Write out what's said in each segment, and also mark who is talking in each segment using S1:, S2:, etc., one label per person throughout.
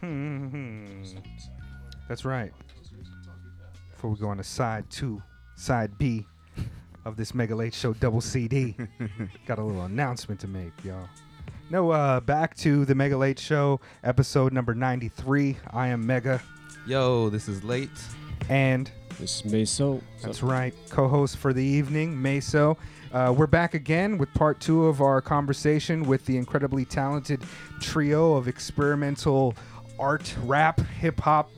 S1: Hmm. That's right. Before we go on to side two, side B of this Mega Late Show double CD, got a little announcement to make, y'all. No, uh, back to the Mega Late Show, episode number 93. I am Mega,
S2: Yo, this is late.
S1: and
S3: This may so.
S1: That's right. Co host for the evening, Meso. Uh, we're back again with part two of our conversation with the incredibly talented trio of experimental art, rap, hip hop,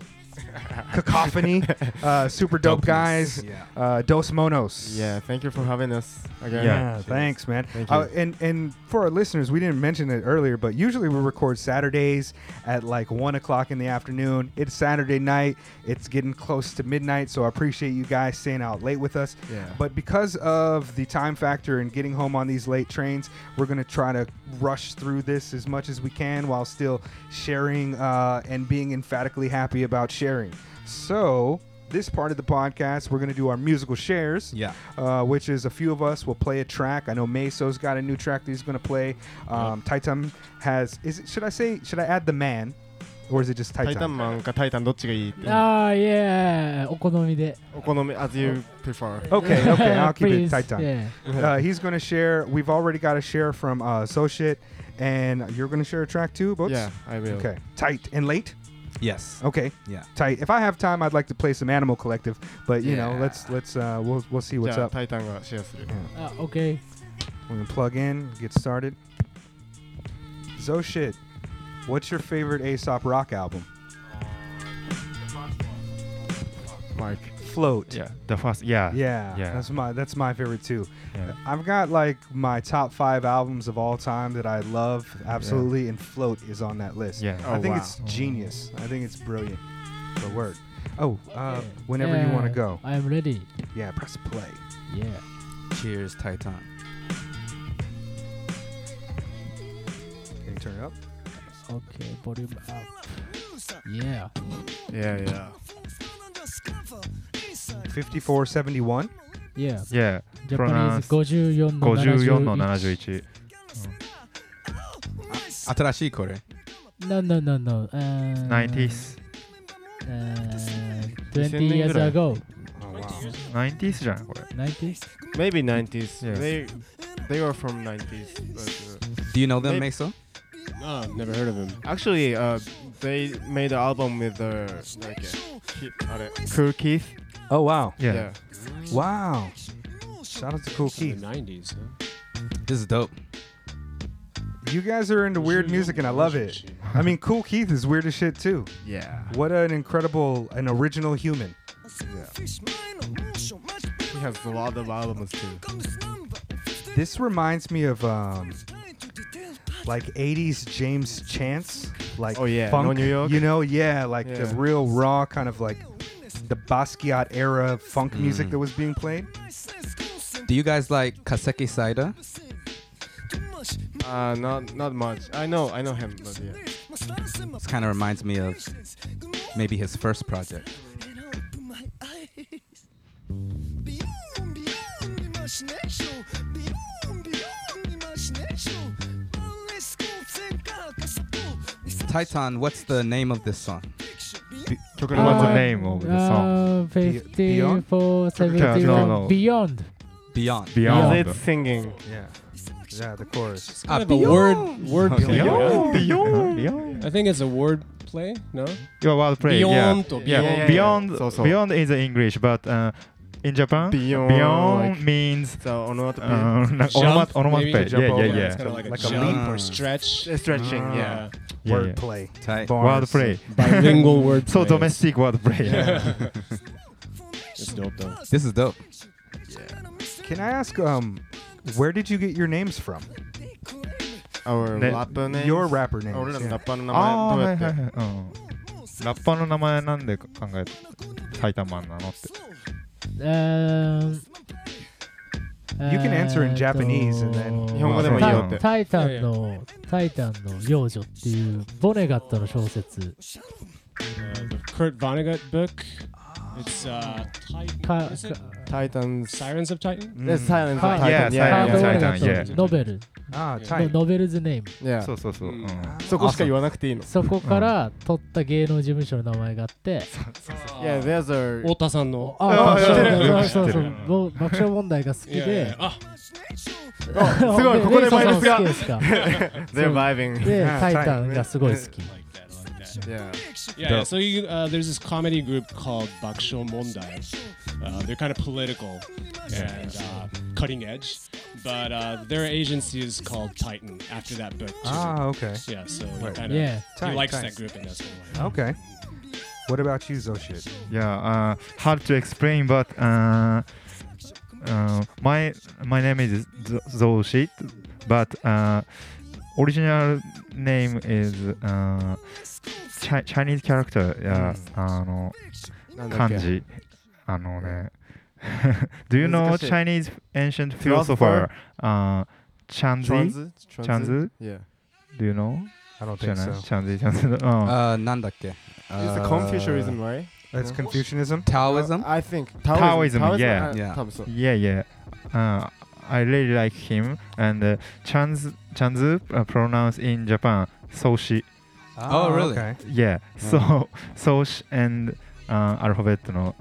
S1: cacophony, uh, super dope
S2: Dopeness.
S1: guys,
S2: Yeah.
S1: uh, Dos Monos.
S4: Yeah, thank you for having us again.
S1: Yeah, thanks, man.
S4: Thank
S1: Uh,
S4: you.
S1: and and for our listeners, we didn't mention it earlier, but usually we record Saturdays at like one o'clock in the afternoon. It's Saturday night. It's getting close to midnight, so I appreciate you guys staying out late with us.
S4: Yeah.
S1: But because of the time factor and getting home on these late trains, we're gonna try to rush through this as much as we can while still sharing uh, and being emphatically happy about sharing. So. This part of the podcast, we're going to do our musical shares
S2: Yeah.
S1: uh, which is a few of us will play a track. I know Meso's got a new track that he's going to play. Um, Titan has is it, should I say should I add the man, or is it just
S4: タイ
S1: Titan?
S4: タンマンかタイタンどっちがいいって
S5: ああ、いえ、お好みで。
S4: お好み as you prefer
S1: Okay, okay, I'll keep
S5: Please,
S1: it Titan.
S5: yeah.
S1: Uh, he's going to share. We've already got a share from uh, So Shit, and you're going to share a track too, Boots.
S4: Yeah, I will
S1: Okay. Tight and late.
S2: Yes.
S1: Okay.
S2: Yeah.
S1: Tight. If I have time, I'd like to play some Animal Collective, but you know,
S2: Yeah.
S1: let's let's uh, we'll we'll see
S4: じ
S1: what's
S4: ゃあ
S1: up.
S4: タイタンがシェアする
S1: うん
S5: Uh, okay.
S1: We're gonna plug in, get started. So shit, what's your favorite Aesop rock album?
S4: Mike
S1: Float.
S6: Yeah, the first. Yeah.
S1: Yeah,
S6: Yeah.
S1: that's my that's my favorite too.
S6: Yeah.
S1: I've got like my top five albums of all time that I love absolutely, and Float is on that list.
S6: Yeah.
S1: I
S4: Oh,
S1: think
S4: wow.
S1: it's genius. I think it's brilliant. The word. Oh, uh, whenever you want to
S5: Yeah,
S1: go.
S5: I'm ready.
S1: Yeah, press play.
S5: Yeah.
S2: Cheers, Titan.
S1: Can you turn it up?
S5: Okay, volume up. Yeah.
S4: Yeah, yeah
S1: 5471.
S5: Yeah.
S6: Yeah. from uh,
S5: Japanese 54
S6: 54
S5: の71
S6: の71。
S2: 新しいこれ。
S5: No, no, no, no. Uh,
S6: 90s。
S5: Uh,
S4: 2000
S5: 20 years
S4: ぐらい
S5: ago.
S1: Oh, wow.
S6: 90s じゃん、これ。
S5: 90s?
S4: Maybe 90s
S6: Yes.
S4: They they were from 90s but,
S2: Do you know them,
S4: Maybe-
S2: Meso?
S4: uh, Never heard of them Actually uh, they made an album with uh, like uh, Ki- あれ Cool Keith
S1: Oh, wow.
S6: Yeah.
S1: Wow. Shout out to Cool Keith.
S3: nineties.
S2: This is dope.
S1: You guys are into weird music and I love it. I mean, Cool Keith is weird as shit too.
S6: Yeah.
S1: What an incredible, an original human.
S4: He has a lot of albums too
S1: This reminds me of um, like 80s James Chance, like
S4: Oh, yeah,
S1: funk,
S4: No New York?
S1: you know, yeah, like
S4: Yeah.
S1: the real raw kind of like the Basquiat era funk music that was being played.
S2: Mm. Do you guys like Kaseki Saida?
S4: Uh, not not much I know I know him but yeah
S2: This kind of reminds me of maybe his first project. Titan, what's the name of this song?
S4: 曲の
S6: What's the
S4: 名前
S5: Uh,
S6: name of the song?
S5: Uh,
S1: Beyond?
S5: 54,
S6: No,
S5: 71.
S6: no.
S5: Beyond.
S2: Beyond.
S6: Beyond.
S4: It's singing
S1: Yeah. Yeah, the chorus.
S2: Ah,
S7: Kind of a word word play. right?
S6: Beyond. Beyond. Beyond.
S7: I think it's a word play. No, Uh,
S6: Your word play. Yeah.
S7: Beyond or
S6: Yeah.
S4: Yeah, yeah, yeah.
S6: Beyond.
S4: So, so.
S6: Beyond is the English, but uh, in Japan,
S4: Beyond, like-
S6: means.
S4: So onomatopoeia
S6: Uh, like onomat-
S7: Jump,
S6: onomatopoeia.
S7: maybe?
S6: Yeah, yeah,
S1: over.
S6: yeah.
S7: it's kind of like,
S1: Like a
S7: a jump
S2: leap.
S7: or stretch.
S4: Uh, stretching,
S1: Ah.
S4: yeah.
S6: yeah,
S1: word
S6: yeah.
S1: play.
S2: Tight.
S6: Word
S1: Bars.
S6: play.
S7: Bilingual word.
S6: So
S7: play.
S6: domestic word play.
S7: It's dope though.
S2: This is dope.
S1: Can I ask, um, where did you get your names from?
S4: Our
S6: Ne-
S4: rapper name.
S1: Your rapper names.
S4: 俺らの
S1: yeah.
S4: ラッパーの名
S1: Ah,
S6: ああー、は
S4: 前
S6: い
S4: どう
S6: は
S4: や
S6: い
S4: っ
S6: は
S4: て
S6: い。うん。ラッパーの名前なんで考えた埼玉なのって。
S5: Um,
S1: You can answer
S5: えー
S1: in
S5: っと
S1: Japanese and then-
S4: 日本語でもいいよって。
S5: タイタンの「タイタンの幼女」っていうボネガットの小説
S7: Uh, the Kurt Vonnegut book. It's uh, Titan.
S5: Ti-
S7: is it
S5: Ti-
S4: Titans.
S7: Sirens of Titan?
S4: That's Silence
S5: Ah,
S4: of
S6: yeah,
S4: Titan. yeah,
S6: Silence of
S4: yeah.
S6: Titan.
S5: ノベル。
S1: ああ、タイ
S5: の
S1: ム。
S5: ノベルズネーム。
S4: yeah.
S6: そうそうそう。うん
S4: そこしか言わなくていいの。
S5: そこから取った芸能事務所の名前が あって、
S4: Yeah, there's a. Oh,
S7: 太田さんの。
S6: Oh,
S5: あ
S4: あ
S5: 爆笑
S6: よく知ってる
S5: そうそうそうぼ爆笑問題が好き
S7: いやいやい
S5: で
S7: や、あ
S4: あすごい、ここでマイナスが。
S5: レイソンさんも好きですか
S4: They're vibing.
S5: で、
S1: あ
S5: タイタンがすごい好き。
S4: Yeah.
S7: Yeah, yeah. So you, uh, there's this comedy group called Baksho Mondai. Uh, they're kind of political and uh, cutting edge, but uh, their agency is called Titan after that book. Too.
S1: ああ、OK。
S7: Yeah, so he
S1: Right.
S7: kind of
S5: Yeah.
S7: he
S1: Titan,
S7: likes
S1: Titan.
S7: that group and that's why.
S1: Okay. What about you, Zoshit?
S6: Yeah, uh, hard to explain, but uh, uh, my my name is Z- Zoshit, but uh, original name is uh, chi- Chinese character. Yeah, あの
S4: なんだっけ
S6: 漢字。あのね。Do you know
S4: 難しい
S6: Chinese ancient philosopher uh, Chanzi?
S4: Transit?
S6: Chanzi?
S4: Yeah.
S6: Do you know?
S1: I don't
S6: じゃ
S1: think
S6: ない
S1: so.
S6: Chanzi, Chanzi. うん
S2: あーなんだっけ
S4: It's
S2: あ
S4: the
S2: ー
S4: Confucianism, right?
S1: That's
S4: Yeah.
S1: Confucianism?
S2: Uh, Taoism?
S4: I think.
S6: Taoism, yeah.
S4: uh,
S2: Yeah.
S4: 多分そう
S6: Yeah, yeah. Uh, I really like him. And uh, Chan's Chanzu uh, pronounced in Japan Soshi.
S2: Oh, really?
S1: Okay.
S6: Yeah. So Soshi and uh, alphabet no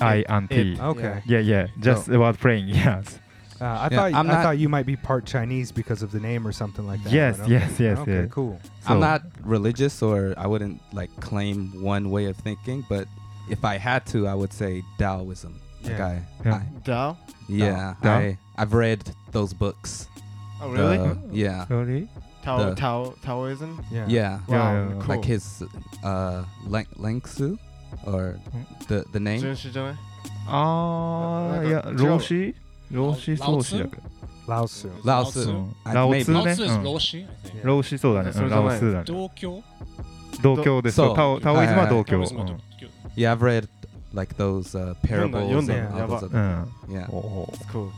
S6: I and T.
S1: Okay.
S6: Yeah, yeah. Just about praying. Yes.
S1: Uh, I
S2: Yeah,
S1: thought
S2: I'm
S1: I
S2: not-
S1: thought you might be part Chinese because of the name or something like that.
S6: yes,
S1: but okay.
S6: yes, yes,
S1: Okay,
S6: yes.
S1: cool.
S6: So-
S2: I'm not religious or I wouldn't like claim one way of thinking, but if I had to, I would say Taoism. Like
S1: Yeah.
S2: I,
S6: Yeah.
S2: I-
S4: Dao?
S2: yeah,
S6: Tao?
S2: I, I've read those books.
S4: Oh, really?
S2: The- yeah,
S6: Really?
S4: Tao,
S2: the-
S4: Tao, Taoism?
S1: Yeah.
S2: yeah. um,
S4: Wow,
S6: yeah, yeah.
S4: cool.
S2: Like his uh, Lang Langsu, or
S6: Mm.
S2: the the name.
S4: 純種じゃない
S6: Ah,
S4: Like a-
S6: yeah.
S4: like a-
S6: Roshi. Roshi
S7: Lao- Lao
S6: Soshi.
S1: Lao Tzu.
S2: Lao Tzu.
S6: Mm.
S2: I-
S6: Lao
S2: maybe.
S6: Tzu Uh.
S7: Lao
S6: ね。
S7: Tzu is
S6: うん。
S7: Roshi, I think.
S6: 老子そうだね。
S4: それじゃ
S6: ラオ
S4: ない
S6: スだね。
S7: 同居
S6: 同郷です。
S2: そう
S6: タオタオイズムは同郷。
S7: Taoism は同居
S6: Uh.
S2: uh, Yeah, I've read like those uh, parables
S4: yonder,
S2: and all those
S4: yeah.
S2: other-
S6: うん。
S2: yeah,
S6: おー
S4: Cool.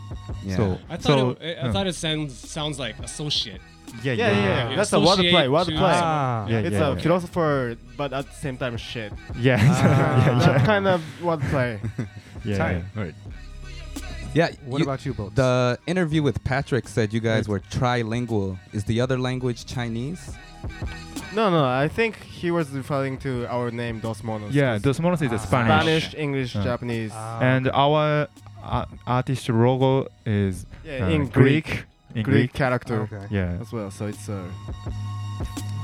S2: yeah.
S6: Uh. Oh, So-
S7: I thought
S6: So-
S7: it, I
S6: Mm.
S7: thought it sounds sounds like associate.
S6: Yeah,
S4: Yeah, yeah, yeah. That's a word play, word play.
S1: Ah.
S6: Yeah,
S4: It's
S6: yeah,
S4: a
S6: yeah.
S4: philosopher, but at the same time, shit.
S6: Yeah.
S1: Ah.
S6: yeah,
S4: That
S6: yeah.
S4: kind of wordplay.
S6: Yeah,
S1: Tight.
S6: yeah.
S2: yeah.
S1: What
S2: you-
S1: about you both?
S2: the interview with Patrick said you guys were trilingual. Is the other language Chinese?
S4: No, no, I think he was referring to our name, Dos Monos.
S6: Yeah, Dos Monos is
S1: Ah.
S6: Spanish.
S4: Spanish, English,
S6: Uh.
S4: Japanese.
S1: Ah,
S6: And our uh, artist logo is
S4: yeah,
S6: uh,
S4: in Greek, Greek,
S6: In Greek.
S4: character
S1: okay.
S6: Yeah.
S4: as well. So it's uh,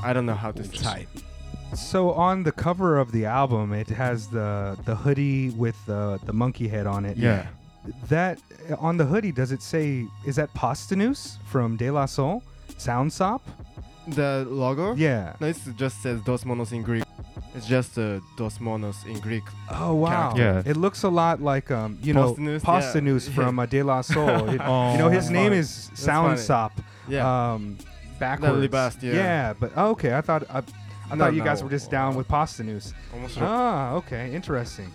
S4: I don't know how to type.
S1: So on the cover of the album, it has the the hoodie with the the monkey head on it.
S6: Yeah.
S1: That on the hoodie, does it say? Is that Pastanus from De La Soul? Sound Sop?
S4: The logo?
S1: Yeah.
S4: No, it just says Dos Monos in Greek. It's just uh, Dos Monos in Greek.
S1: Oh wow!
S6: Yeah.
S1: It looks a lot like um, you know,
S4: Pastanus,
S1: Pasta
S4: yeah.
S1: News from uh, De La Soul. It-
S6: Oh.
S1: you know, his
S4: That's
S1: name
S4: funny.
S1: is
S4: That's
S1: Sound
S4: funny.
S1: Sop.
S4: Yeah.
S1: Um, backwards.
S4: Libast, yeah.
S1: but oh, okay, I thought I, I
S4: No,
S1: thought you guys
S4: no.
S1: were just down with Pasta News.
S4: Almost right.
S1: Ah, okay, interesting.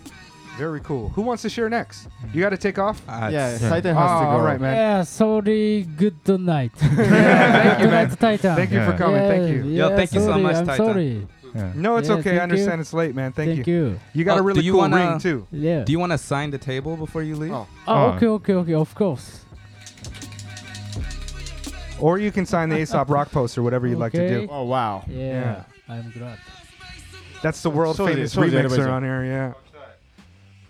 S1: Very cool. Who wants to share next? You got to take off.
S2: Uh,
S4: yeah,
S2: it's-
S4: Titan has to
S1: Ah,
S4: go.
S1: all right, man.
S5: Yeah, sorry, good night.
S1: Thank you,
S5: Good
S1: man.
S5: night, タイタン。
S1: Thank you for
S6: Yeah.
S1: coming. Thank you.
S2: Yo, thank you so
S5: sorry,
S2: much,
S5: I'm
S2: Titan.
S5: sorry.
S6: yeah.
S1: No, it's
S5: Yeah,
S1: okay. I
S5: thank you.
S1: understand it's late, man. Thank,
S5: Thank
S1: you.
S5: you.
S1: You got
S2: Oh,
S1: a
S2: do
S1: really
S2: you
S1: cool
S2: wanna-
S1: ring too.
S5: Yeah.
S2: Do you want to sign the table before you leave?
S4: Oh.
S6: Ah.
S5: Ah, okay, okay, okay, of course.
S1: Or you can sign the Aesop rock poster, whatever you'd like to
S5: Okay.
S1: do.
S4: Oh wow.
S5: Yeah, I'm glad.
S1: That's the world
S4: Show the-
S1: famous
S4: show the
S1: remixer
S4: animation.
S1: on here. Yeah,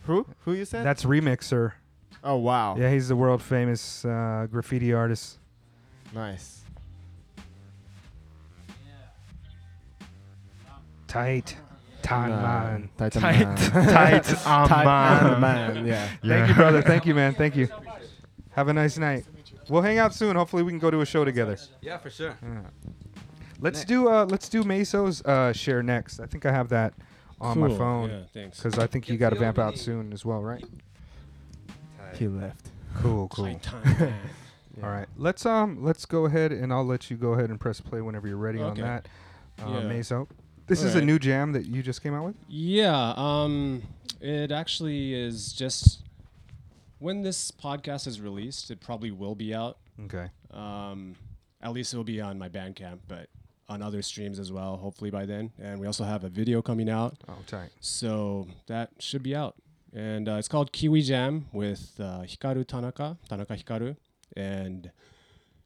S4: Who? Who you said?
S1: that's remixer.
S4: oh wow.
S1: Yeah, he's the world famous uh, graffiti artist.
S4: Nice.
S1: Tight, tan man.
S4: Titan
S6: Tight.
S4: man.
S6: Tight. Ah, man.
S4: Titan man. Yeah.
S1: Thank you, brother. Thank you, man. Thank you. Have a nice night. We'll hang out soon. Hopefully, we can go to a show together.
S2: Yeah, for sure.
S1: Let's
S2: Ne-
S1: do uh, let's do Meso's uh, share next. I think I have that on my
S7: Cool.
S1: phone
S7: Yeah, thanks.
S1: because I think you got to vamp out soon as well, right?
S4: He left.
S1: Cool, cool.
S7: Titan.
S1: All right, let's um let's go ahead and I'll let you go ahead and press play whenever you're ready
S7: Okay.
S1: on that. Uh,
S7: Yeah.
S1: Meso, this is a
S7: Alright.
S1: new jam that you just came out with.
S7: Yeah, um, it actually is just when this podcast is released, it probably will be out.
S1: Okay.
S7: Um, at least it will be on my Bandcamp, but on other streams as well, hopefully by then. And we also have a video coming out,
S1: Oh, tight.
S7: so that should be out and uh, it's called Kiwi Jam with uh, Hikaru Tanaka, Tanaka Hikaru, and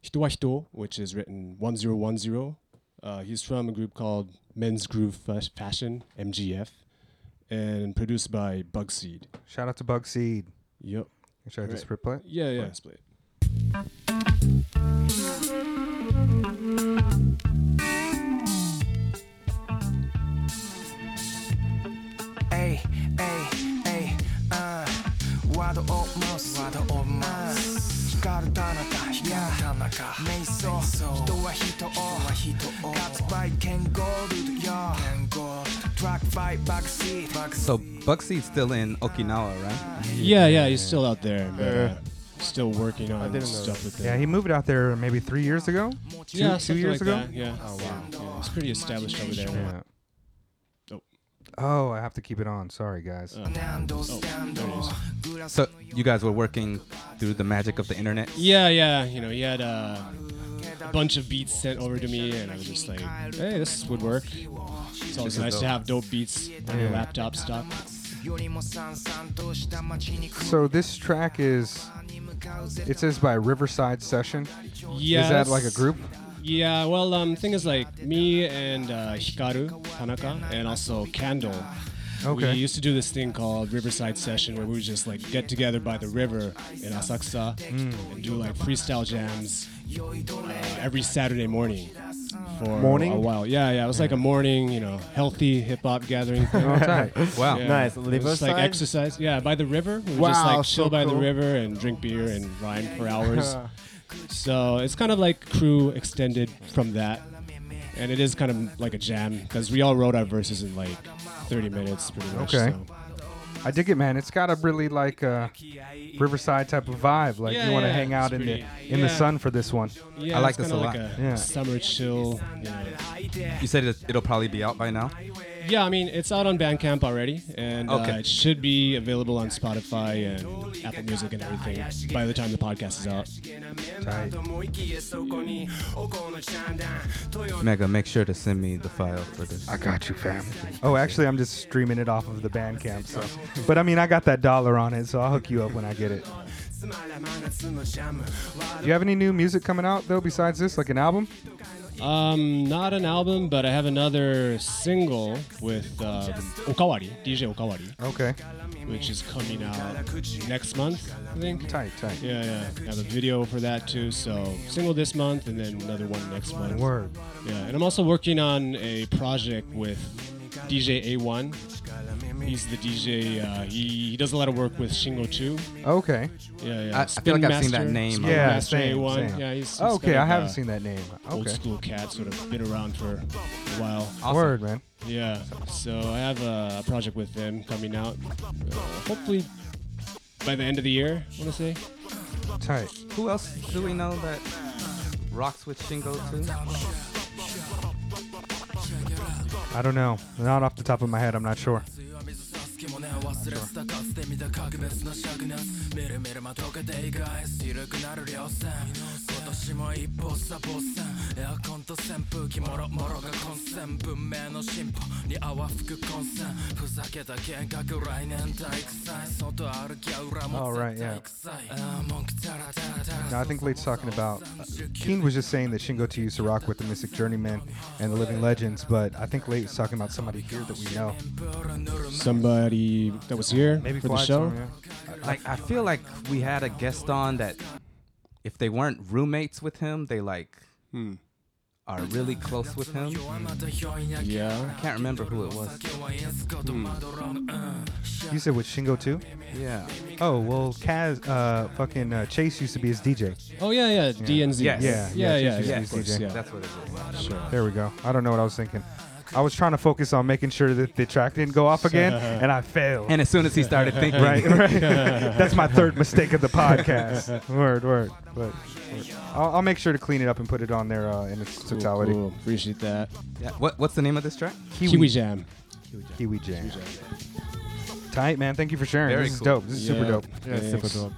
S7: Hito wa Hito, which is written 1010. Uh, he's from a group called Men's Groove Fas- Fashion, MGF, and produced by Bugseed.
S1: Shout out to Bugseed.
S7: Yep.
S1: Should I just
S7: Right.
S1: split play? it?
S7: Yeah, yeah. Split.
S3: Ay, ay, ay, uh, word of mouth, word of mouth. 光る田中、光る田中、瞑想、人は人を、ガッツバイケンゴールド、yeah トラックファイ、バックシート、バックシート。
S2: So Buckseed's still in Okinawa, right?
S7: Yeah, yeah. He's still out there, but, uh, still working on
S4: didn't know
S7: stuff with
S1: Yeah,
S7: them.
S1: he moved out there maybe three years ago. Two,
S7: yeah,
S1: two
S7: something like
S1: years ago.
S7: That. Yeah. Oh wow. Yeah, it's pretty established over there.
S1: Yeah.
S7: Oh.
S1: Oh, I have to keep it on. Sorry, guys.
S7: Oh. Oh, there it is.
S2: So you guys were working through the magic of the internet.
S7: Yeah, yeah. You know, he had uh, a bunch of beats sent over to me, and I was just like, "Hey, this would work." It's always nice to have dope beats on your
S1: Yeah.
S7: laptop stock.
S1: So this track is. It says by Riverside Session.
S7: Yeah.
S1: is that like a
S7: that's-
S1: group?
S7: Yeah. Well, um, thing is, like me and uh, Hikaru Tanaka, and also Candle.
S1: Okay.
S7: We used to do this thing called Riverside Session where we would just like get together by the river in Asakusa
S1: Hmm.
S7: and do like freestyle jams uh, every Saturday morning for
S4: Morning?
S7: a while. Yeah, yeah. It was like a morning, you know, healthy hip hop gathering thing.
S1: Oh, tight.
S2: Wow.
S7: Yeah.
S4: Nice.
S7: It was just, like
S4: Riverside?
S7: exercise. Yeah, by the river. We would just
S4: Wow,
S7: like
S4: so
S7: chill by the
S4: cool.
S7: river and drink beer and rhyme for hours. so it's kind of like crew extended from that. And it is kind of like a jam because we all wrote our verses in like 30 minutes pretty much.
S1: Okay.
S7: So.
S1: I dig it, man. It's got a really like uh, Riverside type of vibe. Like
S7: Yeah,
S1: you want to
S7: yeah,
S1: hang out
S7: it's
S1: in the
S7: pretty-
S1: in the
S7: yeah.
S1: sun for this one.
S7: Yeah,
S2: I like
S7: it's
S2: this a
S7: kinda
S2: lot.
S7: Like a
S1: Yeah.
S7: Summer chill. you know.
S2: You said it, it'll probably be out by now.
S7: Yeah, I mean it's out on Bandcamp already, and
S2: Okay.
S7: uh, it should be available on Spotify and Apple Music and everything by the time the podcast is out.
S1: Tight.
S2: Mega, make sure to send me the file for this.
S1: I got you, fam. Oh, actually, I'm just streaming it off of the Bandcamp. So, but I mean, I got that dollar on it, so I'll hook you up when I get it. Do you have any new music coming out though besides this, like an album?
S7: Um, not an album, but I have another single with um, Okawari, DJ Okawari,
S1: Okay.
S7: which is coming out next month, I think.
S1: Tight, tight.
S7: Yeah, yeah. I have a video for that too. So single this month, and then another one next month.
S1: Word.
S7: Yeah, and I'm also working on a project with DJ A1. He's the DJ. Uh, he, he does a lot of work with Shingo too.
S1: Okay.
S7: Yeah, yeah.
S2: I- I feel like I've seen that name.
S7: Spin
S1: Yeah,
S7: Master
S1: same,
S7: A1.
S1: same.
S7: Yeah, he's, he's
S1: Oh, okay,
S7: kind of
S1: I haven't
S7: a
S1: seen that name.
S7: Old
S1: Okay.
S7: school cat, sort of been around for a while.
S2: Awesome.
S1: Word, man.
S7: Yeah, so I have a project with them coming out. Uh, hopefully by the end of the year, I want to say.
S1: Tight.
S2: Who else do we know that rocks with Shingo too?
S1: I don't know. Not off the top of my head. I'm not sure.
S8: 今年も一歩サボさんエアコンと扇風機もろもろが混戦文明の進歩に泡吹く混戦文明の進歩に泡吹く混戦不ざけた喧嘩ぐらい年体育祭外と歩き合う裏も
S1: All right, yeah.
S8: 文句チャラチャラチャラ
S1: No, I think Late's talking about. uh, Keen was just saying that Shingo to used to rock with the Mystic Journeyman and the Living Legends, but I think Late was talking about somebody here that we know.
S7: Somebody that was here
S1: Maybe
S7: for the
S1: Quiet
S7: show.
S1: Storm, yeah.
S2: Like I feel like we had a guest on that if they weren't roommates with him, they like
S7: Hmm.
S2: are really close with him.
S7: Yeah.
S2: I can't remember who it was.
S1: Hmm. You said with Shingo too?
S2: Yeah.
S1: Oh well, Kaz, uh, fucking uh, Chase used to be his DJ.
S7: Oh yeah, yeah, DNZ. yeah,
S1: Yeah,
S2: Yes.
S1: yeah,
S7: yeah,
S1: she's-
S7: yeah,
S1: she's
S7: of course,
S1: DJ.
S7: yeah.
S2: That's what it was.
S1: There we go. I don't know what I was thinking. I was trying to focus on making sure that the track didn't go off again, and I failed.
S2: And as soon as he started thinking,
S1: right, right. That's my third mistake of the podcast. word, word. But word. I'll, I'll make sure to clean it up and put it on there uh, in its
S7: Cool,
S1: totality.
S7: cool. Appreciate that.
S2: Yeah. What, what's the name of this track?
S7: Kiwi, Jam.
S1: Kiwi Jam. Tight man, thank you for sharing.
S2: Very
S1: this is
S2: cool.
S1: dope. This is super
S7: Yeah.
S1: dope.
S4: Yeah,
S7: Thanks.
S4: super dope.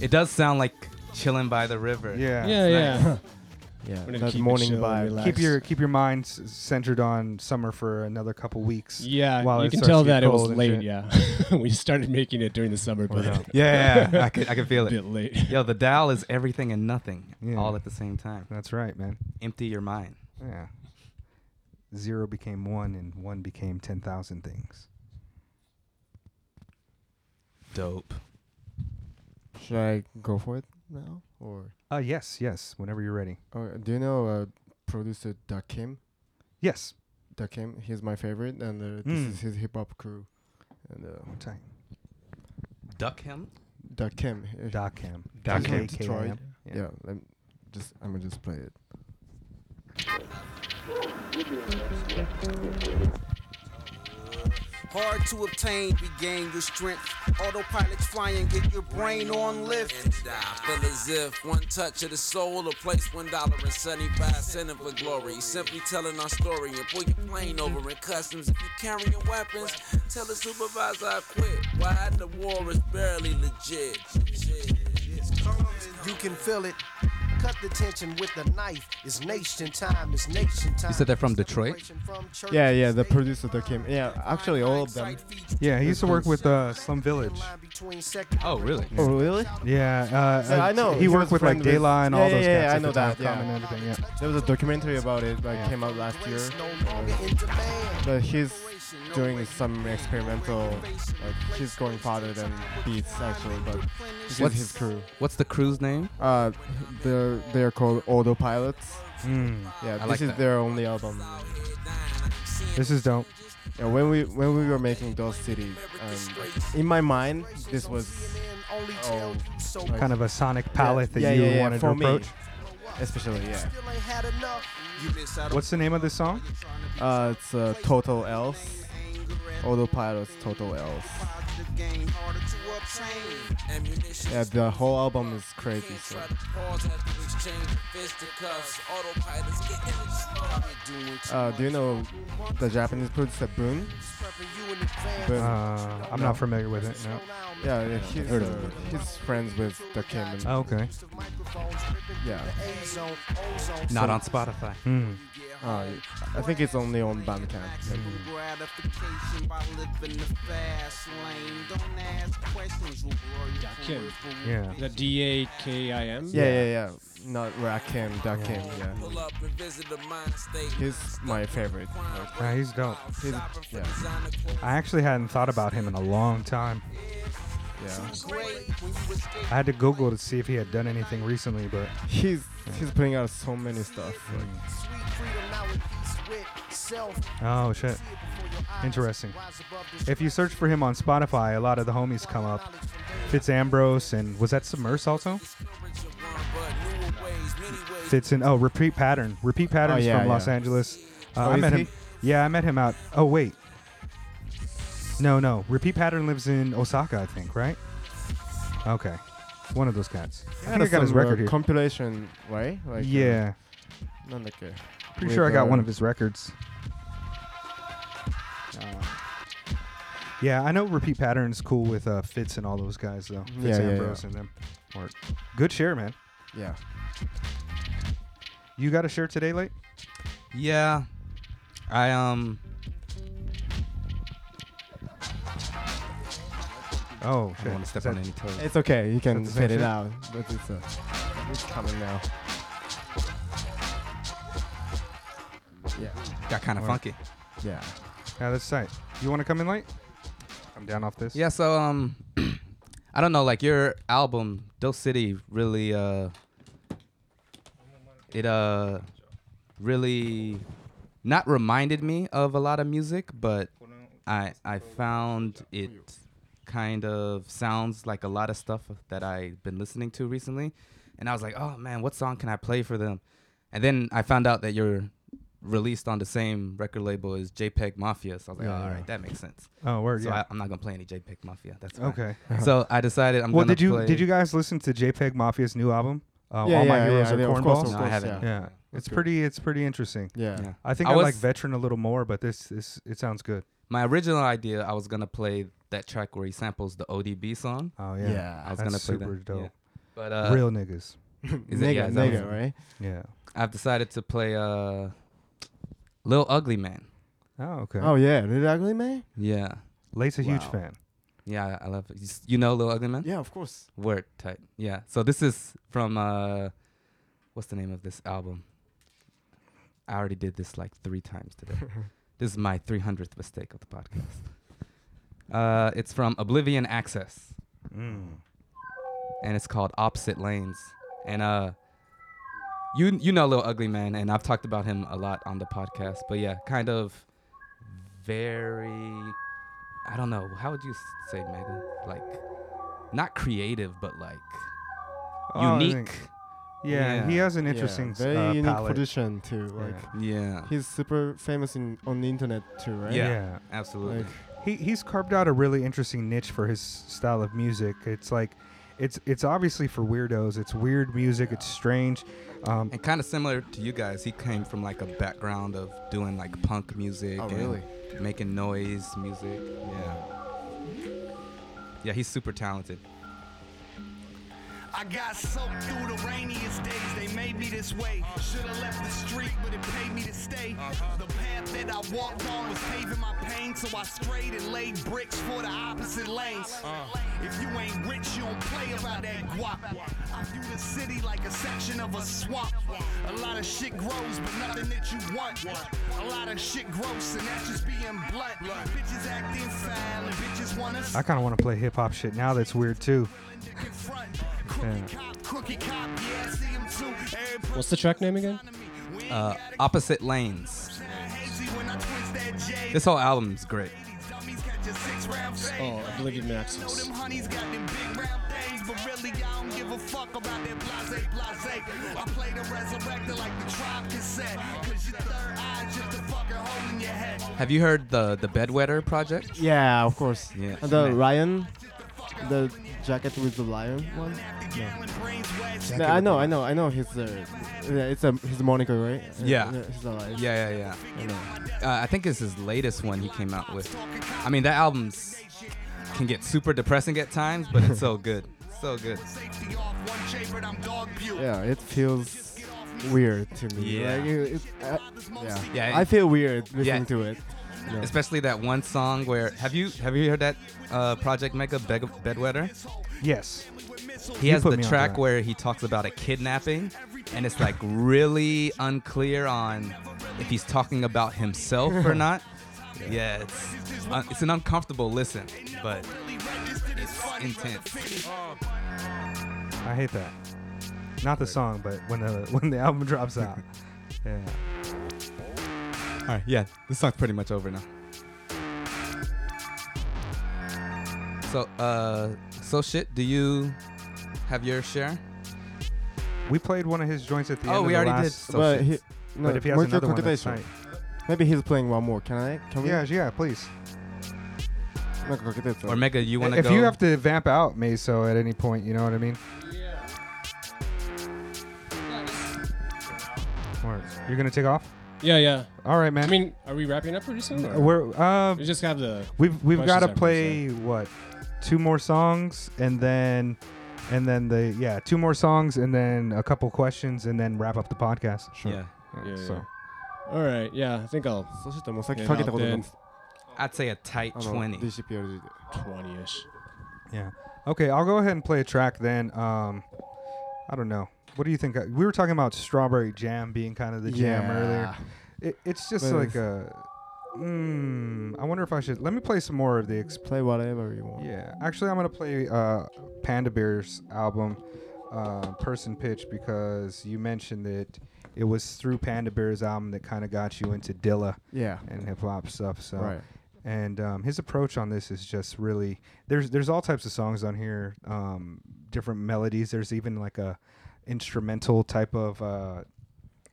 S2: It does sound like chilling by the river.
S1: Yeah.
S7: Yeah, yeah.
S4: Yeah,
S7: We're gonna
S4: that
S7: keep it
S4: morning
S7: chill and
S4: vibe.
S7: relaxed.
S1: Keep your keep your minds centered on summer for another couple weeks.
S7: Yeah,
S1: while
S7: you
S1: it
S7: can
S1: starts
S7: tell
S1: to get
S7: that it was
S1: cold and
S7: late.
S1: shit.
S7: Yeah, we started making it during the summer, but
S1: yeah.
S2: Yeah, yeah, yeah. I could I could feel
S7: a
S2: it.
S7: bit late.
S2: Yo, the Tao is everything and nothing
S1: Yeah.
S2: all at the same time.
S1: That's right, man.
S2: Empty your mind.
S1: Yeah. Zero became one, and one became ten thousand things.
S2: Dope.
S4: Should I go for it now, or,
S1: Uh, yes, yes. Whenever you're ready.
S4: or do you know uh, producer Dakim?
S1: Yes.
S4: Dakim, he's my favorite, and uh, this
S1: Mm.
S4: is his hip hop crew. And uh,
S1: Tight.
S2: Duck him.
S4: Dakim, uh,
S1: Doc Cam.
S4: Doc Cam.
S1: AKA.
S4: Detroit.
S1: Yeah.
S4: yeah, let me just I'm gonna just play it.
S9: Hard to obtain, regain your strength. Autopilot's flying, get your brain on lift.
S8: and die. Feel as if one touch of the soul will place one dollar and seventy-five cent for glory. Simply telling our story and pull your plane over in customs. If you carrying weapons, tell the supervisor I quit. Why the war is barely legit.
S9: You can feel it. Cut the tension with a knife. It's nation time, it's nation time.
S2: said they're from Detroit?
S4: Yeah, yeah, the producer Dakim. Yeah, actually all of them.
S1: Yeah, he used to work with uh, Slum Village.
S2: Oh, really?
S4: Oh really?
S1: Yeah, uh,
S4: Yeah,
S1: uh,
S4: I know.
S1: He,
S4: He
S1: worked
S4: was
S1: with like
S4: friend with-
S1: Dayla and
S4: Yeah,
S1: all
S4: yeah,
S1: those
S4: yeah,
S1: cats.
S4: I
S1: at
S4: know
S1: the
S4: that,
S1: Dot com
S4: yeah.
S1: and everything. Yeah.
S4: There was a documentary about it that came out last year. uh, But he's doing some experimental, like he's going farther than beats actually, but this is
S2: What's-
S4: his crew.
S2: What's the crew's name?
S4: Uh, they're they're called Autopilots.
S1: Hmm.
S4: Yeah, this
S2: like
S4: is
S2: that.
S4: their only album.
S1: This is dope.
S4: Yeah, when we when we were making Those Cities, um, in my mind this was oh, like-
S1: Kind of a sonic palette
S4: yeah,
S1: that you
S4: yeah, yeah,
S1: wanted
S4: for
S1: to approach.
S4: Me, especially yeah.
S1: What's the name of this song?
S4: Uh, it's uh, Total Else. Autopilot's Total Else. Yeah, the whole album is crazy. So. Uh, do you know the Japanese producer Boon? Boon.
S1: Uh, I'm
S4: No.
S1: not familiar with it. No.
S4: yeah, yeah, he's, uh, he's friends with the Kim. And,
S1: Oh, okay.
S4: Yeah,
S2: Not on Spotify.
S1: Hmm.
S4: uh, I think it's only on Bandcamp. like,
S9: Gratification by living the fast lane. Don't ask questions, we'll glory
S7: Dakim.
S1: Yeah.
S7: The D A K I M.
S4: Yeah, yeah, yeah. Not Rakim, Dakim. Yeah,
S8: Pull up and visit the mind state.
S4: he's my favorite. like,
S1: Nah, Ah, he's dope.
S4: he's, yeah,
S1: I actually hadn't thought about him in a long time.
S4: yeah.
S1: I had to Google to see if he had done anything recently, but
S4: He's he's putting out so many stuff. Like,
S1: oh shit, interesting. If you search for him on Spotify, a lot of the homies come up. Fitz Ambrose and was that Submerse also? Fitz and oh, Repeat Pattern. Repeat Pattern
S4: Oh,
S1: is
S4: yeah,
S1: from Los
S4: yeah.
S1: Angeles. Uh,
S4: Oh,
S1: I
S4: is
S1: met
S4: he?
S1: him. Yeah, I met him out. Oh wait, no, no. Repeat Pattern lives in Osaka, I think, right? Okay, one of those cats. I think I got his
S4: some, uh,
S1: record here.
S4: Compilation, right? Like, uh,
S1: yeah,
S4: not like a-
S1: pretty
S4: with,
S1: sure I got
S4: uh,
S1: one of his records.
S4: Uh,
S1: Yeah, I know Repeat Pattern's cool with uh, Fitz and all those guys though. Fitz
S4: Yeah, yeah,
S1: Ambrose
S4: yeah.
S1: and them. Or good share, man.
S4: Yeah.
S1: You got a share today, late?
S2: Yeah. I um
S1: Oh,
S2: I
S1: shit.
S2: don't want to step
S1: Is that-
S2: on any toes.
S4: It's okay. You can
S1: the same
S4: fit it
S1: shit?
S4: out, but it's uh, it's coming now. Yeah.
S2: Got kind of
S1: Or-
S2: funky.
S4: Yeah.
S1: Yeah, that's tight. You want to come in late? I'm down off this.
S2: Yeah, so um I don't know, like your album, Dose City, really uh it uh really not reminded me of a lot of music, but I I found it kind of sounds like a lot of stuff that I've been listening to recently. And I was like, oh man, what song can I play for them? And then I found out that you're released on the same record label as JPEG Mafia. So I was like,
S1: Yeah,
S2: all
S1: yeah.
S2: right, that makes sense.
S1: Oh, word.
S2: So
S1: yeah.
S2: I, I'm not gonna play any JPEG Mafia. That's fine.
S1: okay.
S2: So I decided I'm
S1: well,
S2: gonna
S1: did you
S2: play.
S1: did you guys listen to JPEG Mafia's new album? Uh,
S4: yeah,
S1: all
S4: yeah,
S1: my heroes
S4: yeah,
S1: are
S4: yeah, of course,
S1: cornballs.
S4: of
S2: No, I
S4: course,
S2: haven't.
S4: yeah.
S1: yeah, it's pretty. It's pretty interesting.
S4: Yeah.
S2: Yeah.
S1: I think I,
S2: I
S1: like
S2: was-
S1: Veteran a little more, but this this it sounds good.
S2: My original idea, I was gonna play that track where he samples the ODB song.
S1: Oh
S4: Yeah.
S1: yeah,
S4: yeah.
S2: I was
S1: That's
S2: gonna play
S1: super
S2: that.
S1: dope.
S2: Yeah. But uh,
S1: Real niggas.
S2: is it- yeah,
S4: Nigga,
S2: is that
S4: nigga,
S2: what-
S4: right?
S1: Yeah.
S2: I've decided to play uh, Lil Ugly Man.
S1: Oh, okay.
S4: Oh yeah, Little Ugly Man.
S2: Yeah,
S1: Late's a huge
S2: wow.
S1: fan.
S2: yeah, I I love. It. You s- You know Lil Ugly Man?
S4: Yeah, of course.
S2: Word tight. Yeah. So this is from uh, what's the name of this album? I already did this like three times today. this is my 300th mistake of the podcast. Uh, it's from Oblivion Access,
S1: Mm.
S2: and it's called Opposite Lanes. And uh, you you know Lil Ugly Man, and I've talked about him a lot on the podcast. But yeah, kind of very, I don't know. How would you s- say, Megan? Like not creative, but like
S1: Oh, I think-
S2: unique.
S1: yeah,
S2: Yeah.
S1: he has an
S4: Yeah,
S1: interesting
S4: very
S1: uh,
S4: unique
S1: palette.
S4: position too. Like
S1: Yeah.
S2: Yeah,
S4: he's super famous in on the internet too, right?
S2: Yeah.
S1: yeah.
S2: absolutely.
S4: Like,
S1: He he's carved out a really interesting niche for his style of music. It's like it's it's obviously for weirdos. It's weird music. It's strange. Um,
S2: and kind of similar to you guys, he came from like a background of doing like punk music
S4: oh
S2: and
S4: really?
S2: making noise music. Yeah. Yeah, he's super talented.
S10: I got soaked through the rainiest days. They made me this way. Should have left the street, but it paid me to stay. The path that I walked on was paving my pain, so I strayed and laid bricks for the opposite lanes. If you ain't rich, you don't play about that guap. I view the city like a section of a swamp. A lot of shit grows, but nothing that you want. A lot of shit grows, and that's just being blunt. Bitches act inside, and bitches wanna
S1: I kind of want to play hip hop shit now. That's weird too.
S10: Crooked cop, crooked cop, yeah, I see him too. Every
S7: What's the track name again?
S2: Uh, opposite lanes.
S10: hazy when I twist that J.
S2: This whole album is great.
S10: Dummies got your six round fade.
S7: Oh, Oblivion Maxis.
S10: Them honeys got them big round things, but really I don't give a fuck about that blase blase. I play the resurrector like the tribe cassette. Cause your third eye just a fucking hole in your head.
S2: Have you heard the the Bedwetter project?
S4: Yeah, of course.
S2: Yeah.
S4: And the lion, the jacket with the lion one. No, I know, I know, I know. His uh, yeah, it's a his moniker, right? Uh,
S2: Yeah.
S4: He's a lion.
S2: Yeah, yeah, yeah.
S4: I know.
S2: uh, I think it's his latest one he came out with. I mean, that album's can get super depressing at times, but it's so good, so good.
S10: Safety off, one chambered, I'm dog pew.
S4: Yeah, Uh, it feels weird to me.
S2: Yeah.
S4: Like, it, it, uh, yeah.
S2: Yeah,
S4: I feel weird listening
S2: Yeah.
S4: to it. Yeah.
S2: especially that one song where have you have you heard that uh, Project Mega Beg- Bedwetter?
S1: Yes.
S2: He
S1: You
S2: has
S1: put
S2: the
S1: me onto
S2: track
S1: that.
S2: where he talks about a kidnapping, and it's like really unclear on if he's talking about himself or not. Yeah, it's uh, it's an uncomfortable listen, but it's intense.
S1: I hate that. Not the song, but when the when the album drops out. yeah.
S2: All right, yeah, this song's pretty much over now. So, uh, so shit, do you have your share?
S1: We played one of his joints at the
S2: Oh,
S1: end. of
S2: we
S1: the
S2: already did.
S1: last,
S2: So
S4: but
S2: shit.
S4: he, no,
S1: But if he has
S4: Mercury
S1: another one that's
S4: Cocktail.
S1: tight.
S4: maybe he's playing one more. Can I? Can we?
S1: Yeah, yeah, please.
S4: Mercury Cocktail.
S2: Or Mega, you want to
S1: if
S2: go?
S1: you have to vamp out Meso at any point, you know what I mean? Yeah. You're gonna take off?
S7: Yeah, yeah.
S1: All right, man.
S7: I mean, are we wrapping up pretty soon? Or?
S1: we're uh,
S7: We just have the.
S1: we've we've got to
S7: questions
S1: play what two more songs and then and then the yeah two more songs and then a couple questions and then wrap up the podcast.
S4: Sure.
S2: Yeah,
S7: Yeah,
S1: so
S7: yeah. All right. Yeah, I think I'll
S4: そしてもうさっき
S7: いや
S4: かけたことが
S7: な
S4: あ
S7: ん
S4: る
S7: て
S2: I'd say a tight 20.
S4: DCPRG で。
S7: 20-ish.
S1: yeah. Okay, I'll go ahead and play a track then. Um, I don't know. What do you think? We were talking about strawberry jam being kind of the jam earlier. It, it's just
S4: But
S1: like a. Mm, I wonder if I should. Let me play some more of the. Ex-
S4: Play whatever you want.
S1: yeah, actually, I'm gonna play uh, Panda Bear's album, uh, Person Pitch, because you mentioned that it was through Panda Bear's album that kind of got you into Dilla
S4: Yeah.
S1: and hip hop stuff. So,
S4: Right.
S1: and um, his approach on this is just really there's there's all types of songs on here, um, different melodies. There's even like a instrumental type of uh,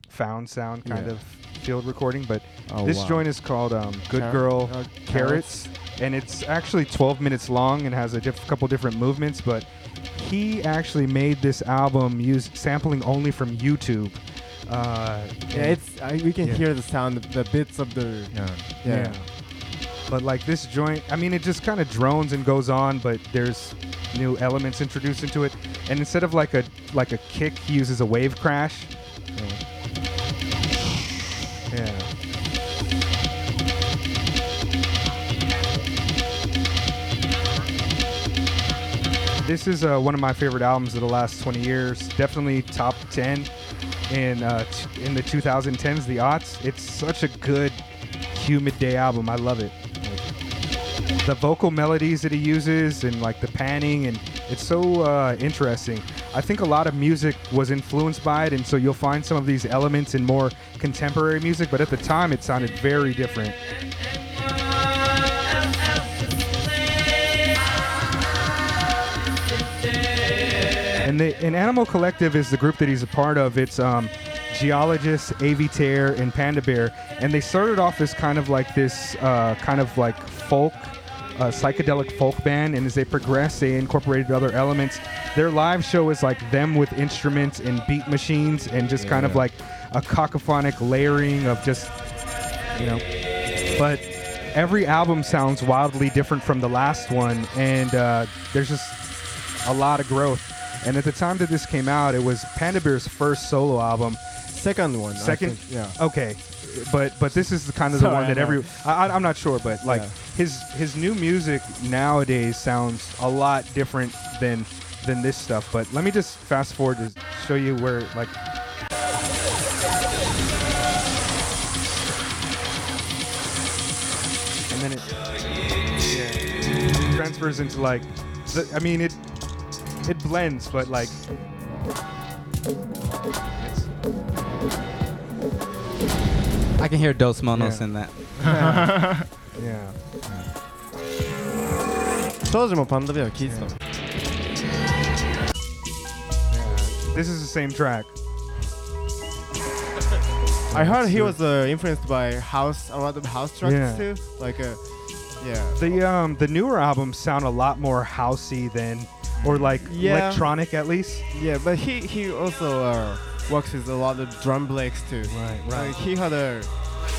S1: found sound kind
S4: Yeah.
S1: of field recording, but
S4: Oh,
S1: this
S4: wow.
S1: joint is called um, "Good
S4: Car-
S1: Girl
S4: uh,
S1: Carrots," and it's actually 12 minutes long and has a diff- couple different movements. But he actually made this album use sampling only from YouTube. Uh,
S4: Yeah, it's I, we can
S1: Yeah.
S4: hear the sound, the bits of the
S11: Yeah.
S4: yeah.
S1: But like this joint, I mean, it just kind of drones and goes on, but there's new elements introduced into it. And instead of like a like a kick, he uses a wave crash. This is uh, one of my favorite albums of the last 20 years. Definitely top 10 in uh, t- in the 2010s, the aughts. It's such a good humid day album. I love it. Like, the vocal melodies that he uses and like the panning and it's so uh, interesting. I think a lot of music was influenced by it, and so you'll find some of these elements in more contemporary music. But at the time, it sounded very different. And the and Animal Collective is the group that he's a part of. It's um, geologists, Aviator, and Panda Bear, and they started off as kind of like this uh, kind of like folk, uh, psychedelic folk band. And as they progressed, they incorporated other elements. Their live show is like them with instruments and beat machines, and just kind of like a cacophonic layering of just you know. But every album sounds wildly different from the last one, and uh, there's just a lot of growth. And at the time that this came out, it was Panda Bear's first solo album.
S4: Second one. I
S1: Second,
S4: think, yeah.
S1: okay, but but this is the kind of the
S4: Sorry,
S1: one that
S4: I
S1: every
S4: know.
S1: I, I- I'm not sure, but like
S4: Yeah.
S1: his his new music nowadays sounds a lot different than than this stuff. But let me just fast forward to show you where like and then it yeah, transfers into like the, I mean it it blends, but like it's,
S2: I can hear Dos Monos
S1: Yeah.
S2: in that.
S1: yeah.
S4: 当時もパンダベア聴いてたの。
S1: This is the same track.
S4: I heard he was uh, influenced by house, a lot of house tracks
S1: Yeah.
S4: too. Like, uh, yeah.
S1: The um the newer albums sound a lot more housey than or like
S4: Yeah.
S1: electronic at least.
S4: Yeah, but he he also uh, works with a lot of drum breaks too.
S1: Right,
S4: Like he had a,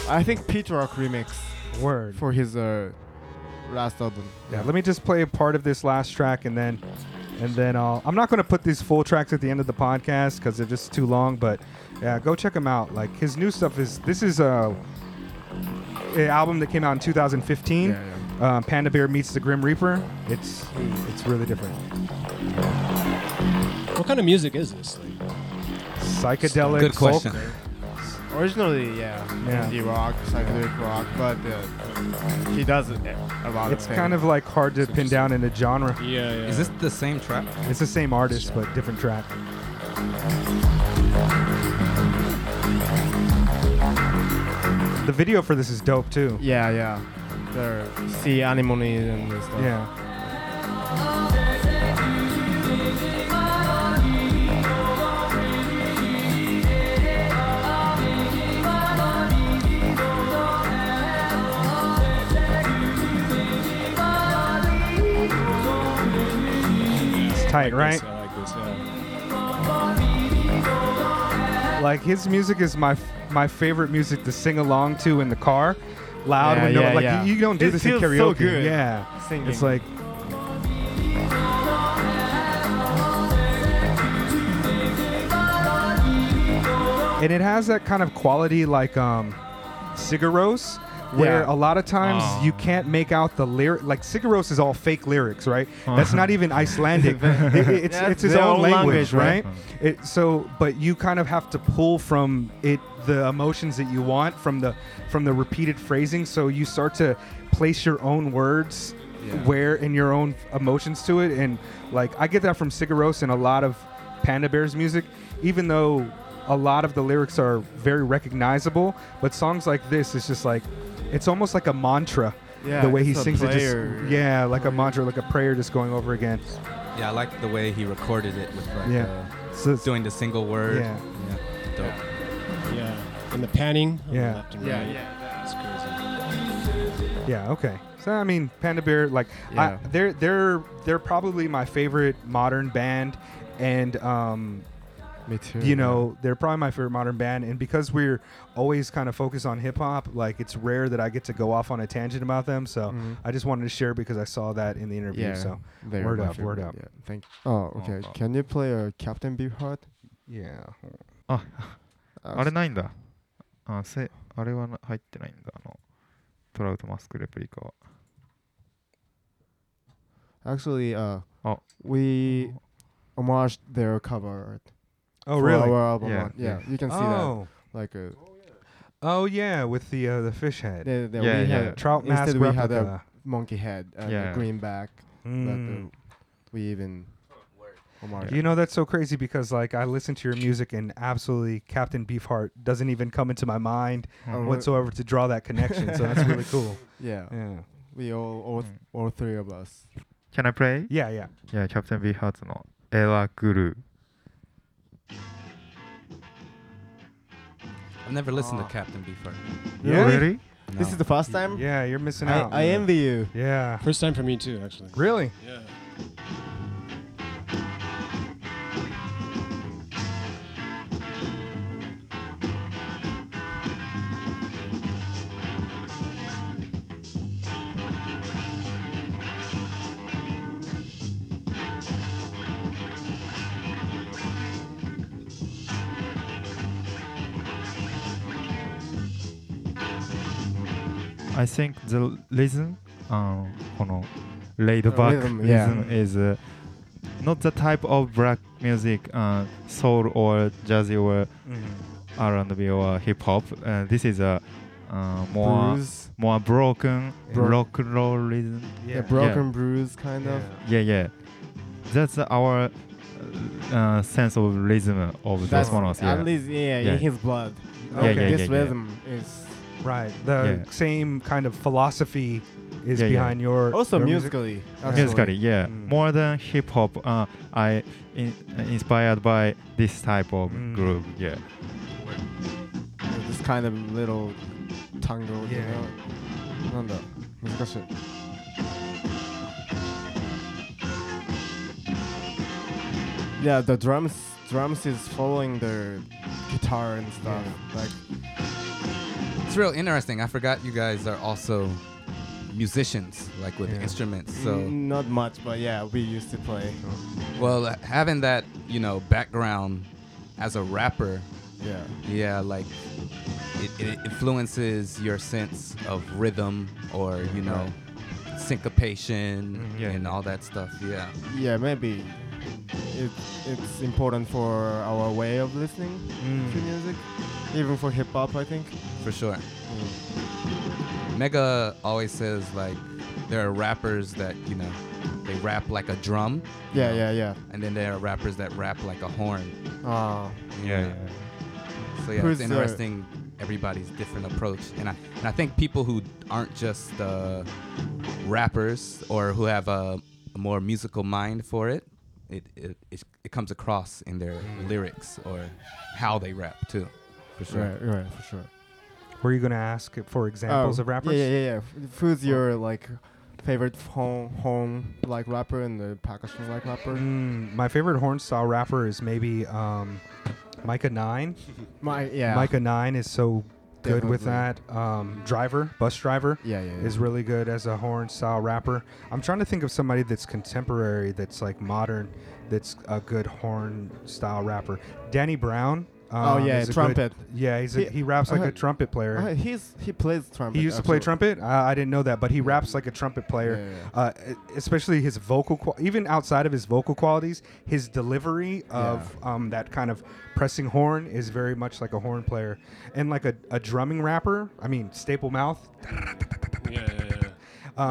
S4: I think Pete Rock remix
S1: Word.
S4: for his uh, last album.
S1: Yeah, let me just play a part of this last track and then and then I'll I'm not going to put these full tracks at the end of the podcast cuz they're just too long, but yeah, go check him out. Like his new stuff is this is a, a album that came out in 2015.
S4: Yeah,
S1: Um, Panda Bear meets the Grim Reaper. It's it's really different.
S7: What kind of music is this? Like,
S1: Psychedelic
S2: Good
S1: folk.
S2: question.
S4: Originally, yeah,
S1: Yeah.
S4: indie rock, psychedelic rock, but uh, he does it a lot
S1: It's
S4: of.
S1: kind of like hard to pin down in a genre.
S7: yeah, yeah.
S2: Is this the same track?
S1: It's the same artist, but different track. The video for this is dope too.
S4: Yeah, yeah. The sea anemone and stuff.
S1: Yeah. It's tight, right?
S7: This, I like this. Yeah.
S1: Like his music is my my favorite music to sing along to in the car, loud
S4: Yeah,
S1: when no,
S4: yeah,
S1: like
S4: yeah.
S1: you, you don't do
S4: It
S1: this in
S4: feels so
S1: karaoke.
S4: good
S1: Yeah,
S4: singing.
S1: it's like and it has that kind of quality like um, cigaros. Where
S4: Yeah.
S1: a lot of times
S7: Oh.
S6: Aw.
S1: you can't make out the lyric, like cigaros is all fake lyrics, right?
S4: Uh-huh.
S1: That's not even Icelandic. It- it- it's
S4: That's
S1: it's his
S4: their
S1: own
S4: own language,
S1: language,
S4: right?
S1: right? It, so, but you kind of have to pull from it the emotions that you want from the from the repeated phrasing. So you start to place your own words where and your own emotions to it. And like I get that from Sigaros and a lot of Panda Bear's music, even though a lot of the lyrics are very recognizable. But songs like this, it's just like it's almost like a mantra.
S4: Yeah,
S1: the way he
S4: it's a
S1: sings it,
S4: prayer.
S1: just yeah, like a mantra, like a prayer, just going over again.
S2: Yeah, I like the way he recorded it with like
S1: Yeah.
S2: uh,
S1: So it's-
S2: doing the single word.
S1: Yeah.
S2: Yeah. Dope.
S7: yeah. And the panning. on the
S1: Yeah.
S7: left and
S4: Yeah,
S7: right.
S4: yeah.
S7: That's crazy.
S1: Yeah. Okay. So I mean, Panda Bear, like,
S4: Yeah.
S1: I, they're they're they're probably my favorite modern band, and um,
S4: Me too.
S1: you know, they're probably my favorite modern band. And because we're always kind of focused on hip hop, like it's rare that I get to go off on a tangent about them. So
S4: Mhm.
S1: I just wanted to share because I saw that in the interview.
S4: Yeah.
S1: So
S4: They're
S1: word
S4: my
S1: up, word
S4: favorite,
S1: up.
S4: Yeah. Thank. Oh, okay.
S2: oh.
S4: Can you play a Captain Beefheart?
S1: yeah.
S6: あれないんだ。あせあれはな入ってないんだ。あのトラウトマスクレプリカは。
S4: あ Actually, uh,
S6: Oh.
S4: we homaged their cover art
S1: Oh
S4: for
S1: really?
S4: our album
S6: Yeah,
S4: art. Yeah, you can see
S1: Oh.
S4: that. Like, uh,
S1: Oh yeah, with the uh, the fish head.
S4: they, they,
S6: Yeah,
S4: we
S6: yeah.
S4: had
S1: Trout mask
S4: instead we had a
S1: replica.
S4: monkey head, and
S6: Yeah.
S4: a green back.
S1: Mm.
S4: That uh, we even homaged.
S1: You know that's so crazy because like I listen to your music and absolutely Captain Beefheart doesn't even come into my mind
S4: Oh, really?
S1: whatsoever to draw that connection. so that's really cool.
S4: Yeah,
S1: Yeah. Mm.
S4: we all, all, th- all three of us.
S6: Can I play?
S1: Yeah, yeah.
S6: いや、キャプテンビーハーツのエラクルー。
S2: I've never listened to Captain Beefheart.
S1: Really?
S6: Really?
S4: This
S2: No.
S4: is the first time.
S1: Yeah, you're missing out.
S4: I, I envy you.
S1: Yeah.
S7: First time for me too, actually.
S1: Really?
S7: Yeah.
S6: I think the rhythm, uh, この laid back
S4: Rhythm,
S6: rhythm,
S4: yeah.
S6: is uh, not the type of black music, uh, soul or jazzy or
S4: Mm-hmm.
S6: R&B or hip hop. Uh, this is a uh, more
S4: Bruise,
S6: more broken
S4: Bro-
S6: rock and roll rhythm.
S1: Yeah.
S4: a broken bruise kind of.
S6: Yeah, yeah. That's our uh, sense of rhythm of
S4: That's
S6: those ones.
S4: At
S6: Yeah.
S4: least, yeah,
S6: Yeah.
S4: in his blood.
S1: Yeah, yeah,
S4: this
S6: yeah, yeah.
S4: rhythm is
S1: Right. The
S6: Yeah.
S1: same kind of philosophy is
S6: Yeah, yeah.
S1: behind your
S4: also
S1: your
S4: musically. actually.
S6: Musically, yeah.
S1: Mm.
S6: More than hip hop, uh, I in, uh, inspired by this type of
S1: Mm.
S6: group. Yeah.
S4: There's This kind of little tango.
S1: Yeah.
S4: You know? なんだ難しい。Yeah, the drums drums is following the guitar and stuff. Like
S2: It's real interesting. I forgot you guys are also musicians, like with
S1: Yeah.
S2: instruments. So,
S4: n- not much, but yeah, we used to play.
S2: well, uh, having that, you know, background as a rapper,
S4: Yeah.
S2: yeah, like it, it influences your sense of rhythm or, you know, syncopation
S1: Mhm.
S6: Yeah.
S2: and all that stuff. Yeah.
S4: Yeah, maybe it it's important for our way of listening
S1: Mm.
S4: to music, even for hip hop, I think.
S2: For sure.
S4: Mm.
S2: Mega always says like there are rappers that, you know, they rap like a drum. you
S4: Yeah,
S2: know,
S4: yeah, yeah.
S2: And then there are rappers that rap like a horn.
S4: Ah,
S2: you know. So yeah,
S4: Who's, uh,
S2: it's interesting everybody's different approach. And I and I think people who aren't just uh, rappers or who have a, a more musical mind for it, it it, it it comes across in their lyrics or how they rap too. For sure.
S4: right, right, for sure.
S1: Were you gonna ask for examples
S4: Oh,
S1: of rappers?
S4: Yeah, yeah, yeah. F- Who's your like favorite home home like rapper and the Pakistan like rapper?
S1: Mm, my favorite horn style rapper is maybe um, Micah Nine.
S4: My yeah.
S1: Micah Nine is so good with that.
S4: Definitely.
S1: Um, driver, bus driver,
S4: Yeah, yeah. yeah.
S1: is really good as a horn style rapper. I'm trying to think of somebody that's contemporary, that's like modern, that's a good horn style rapper. Danny Brown.
S4: Oh,
S1: um,
S4: yeah,
S1: is a good-
S4: trumpet.
S1: yeah, he's a,
S4: He-
S1: he raps
S4: I
S1: like a
S4: heard-
S1: trumpet player.
S4: Uh, he's he plays trumpet.
S1: He used to play
S4: actually.
S1: trumpet. I, I didn't know that, but he raps like a trumpet player.
S4: Yeah,
S1: Uh, e- especially his vocal, qual- even outside of his vocal qualities, his delivery of um, that kind of pressing horn is very much like a horn player, and like a, a drumming rapper. I mean, Staple Mouth.
S7: Yeah, yeah, yeah.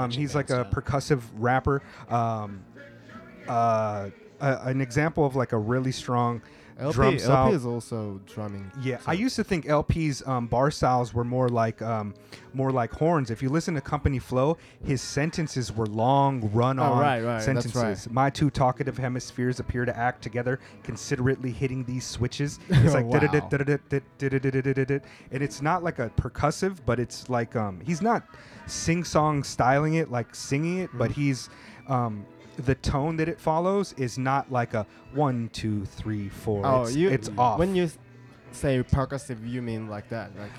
S1: Um, he's like a percussive rapper. Um, uh, a, an example of like a really strong
S4: LP,
S1: drum style.
S4: LP is also drumming.
S1: Yeah, I used to think LP's um, bar styles were more like um, more like horns. If you listen to Company Flow, his sentences were long, run-on
S4: Oh, right, right, that's
S1: sentences.
S4: right.
S1: My two talkative hemispheres appear to act together, considerately hitting these switches. It's like
S4: Wow.
S1: da-da-da, da-da-da, da-da-da, da-da-da, and it's not like a percussive, but it's like um, he's not sing-song styling it, like singing it,
S4: Mm.
S1: but he's um, the tone that it follows is not like a one, two, three, four.
S4: Oh,
S1: it's,
S4: you
S1: it's off.
S4: When you s- say percussive, you mean like that, like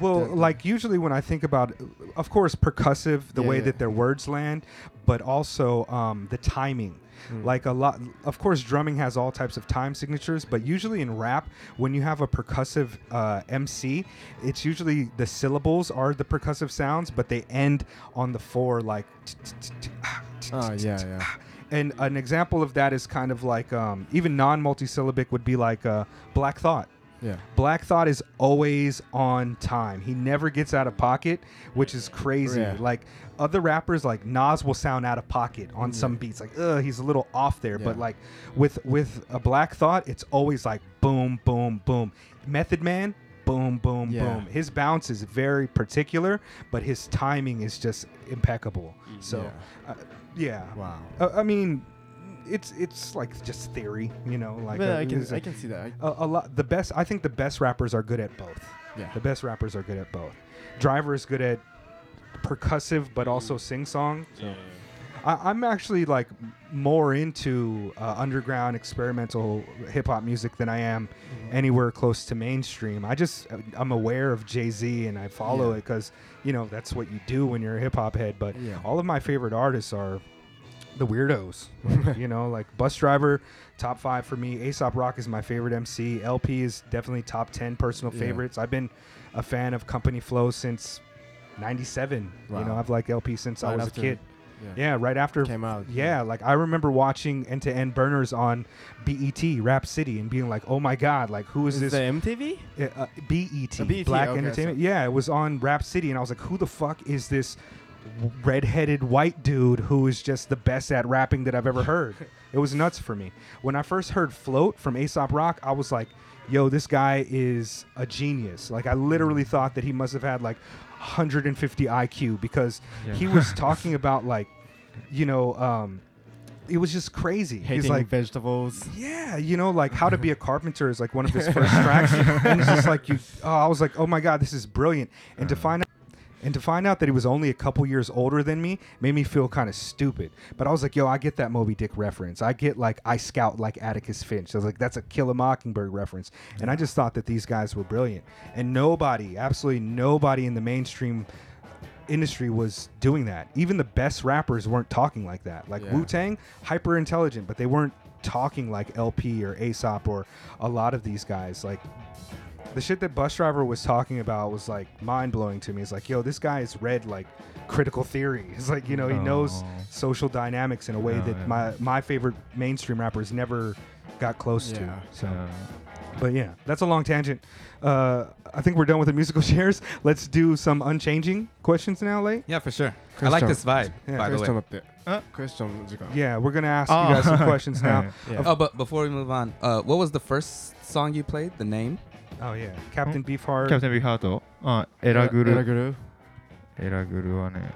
S1: Well,
S4: the- the-
S1: like usually when I think about, of course, percussive, the
S4: Yeah,
S1: way
S4: yeah.
S1: that their words land, but also um, the timing.
S4: Mm.
S1: Like a lot, of course, drumming has all types of time signatures, but usually in rap, when you have a percussive uh, MC, it's usually the syllables are the percussive sounds, but they end on the four, like, t- t- t- t- ah,
S4: Oh yeah, yeah.
S1: And an example of that is kind of like um, even non multisyllabic would be like uh, Black Thought.
S4: Yeah.
S1: Black Thought is always on time. He never gets out of pocket, which is crazy.
S4: Yeah.
S1: Like other rappers, like Nas will sound out of pocket on some beats. Like, uh, he's a little off there. But
S4: Yeah.
S1: like with with a Black Thought, it's always like boom, boom, boom. Method Man, boom, boom,
S4: Yeah.
S1: boom. His bounce is very particular, but his timing is just impeccable. So, yeah. Uh, yeah.
S4: Wow.
S1: Uh, I mean, it's it's like just theory, you know. Like
S4: But
S1: uh,
S4: I can
S1: it's
S4: I
S1: like-
S4: can see that. I-
S1: a, a lot. The best, I think, the best rappers are good at both.
S4: Yeah.
S1: The best rappers are good at both. Driver is good at percussive, but also sing song.
S7: Yeah.
S1: I, I'm actually like m- more into uh, underground experimental hip hop music than I am
S4: Mm-hmm.
S1: anywhere close to mainstream. I just uh, I'm aware of Jay Z and I follow it 'cause, it because you know that's what you do when you're a hip hop head. But
S4: Yeah.
S1: all of my favorite artists are the weirdos. Like, you know, like Bus Driver, top five for me. Aesop Rock is my favorite MC. LP is definitely top ten personal
S4: Yeah.
S1: favorites. I've been a fan of Company Flow since '97. You know,
S4: Wow.
S1: I've liked LP since I
S4: Right
S1: was a
S4: after-
S1: kid.
S4: yeah.
S1: Yeah, right after
S4: Came out,
S1: Yeah, like I remember watching end to end burners on BET Rap City and being like, "Oh my god, like who is
S4: Is
S1: this?"
S4: the MTV?
S1: uh, uh, BET,
S4: Uh,
S2: E
S4: BET,
S1: Black
S4: okay, so-
S1: Entertainment. Yeah, it was on Rap City, and I was like, "Who the fuck is this w- redheaded white dude who is just the best at rapping that I've ever heard?" it was nuts for me. When I first heard "Float" from Aesop Rock, I was like, "Yo, this guy is a genius!" Like I
S4: Mm.
S1: literally thought that he must have had like 150 IQ because he was talking about like, you know, um, it was just crazy. He's
S4: Hating
S1: like.
S4: vegetables.
S1: Yeah, you know, like how to be a carpenter is like one of his first tracks, and it's just like you. Oh, I was like, oh my god, this is brilliant. And to find out, and to find out that he was only a couple years older than me made me feel kind of stupid. But I was like, yo, I get that Moby Dick reference. I get like I scout like Atticus Finch. I was like, that's a Kill a Mockingbird reference. And I just thought that these guys were brilliant, and nobody, absolutely nobody in the mainstream industry was doing that. Even the best rappers weren't talking like that. Like
S4: Yeah.
S1: Wu Tang, hyper intelligent, but they weren't talking like LP or Aesop or a lot of these guys. Like the shit that Bus Driver was talking about was like mind blowing to me. It's like, yo, this guy has read like critical theory. It's like, you know, he knows
S6: Oh.
S1: social dynamics in a way
S6: Oh,
S1: that
S6: yeah.
S1: my my favorite mainstream rappers never got close
S4: Yeah.
S1: to. So
S6: Uh,
S1: but yeah, that's a long tangent. Uh, I think we're done with the musical shares. Let's do some unchanging questions now, late.
S2: Yeah, for sure. I
S4: Chris
S2: like
S4: Tucker.
S2: this vibe,
S1: Yeah,
S2: by the way.
S4: Question up there.
S6: Uh,
S4: Question 時間。
S1: Yeah, we're gonna ask
S6: Oh.
S1: you guys some questions now.
S4: Yeah.
S2: Oh, but before we move on, uh, what was the first song you played? The name? Hmm?
S1: Oh yeah, Captain Beefheart.
S6: Captain uh, Big Heart あエラグルエラグルはね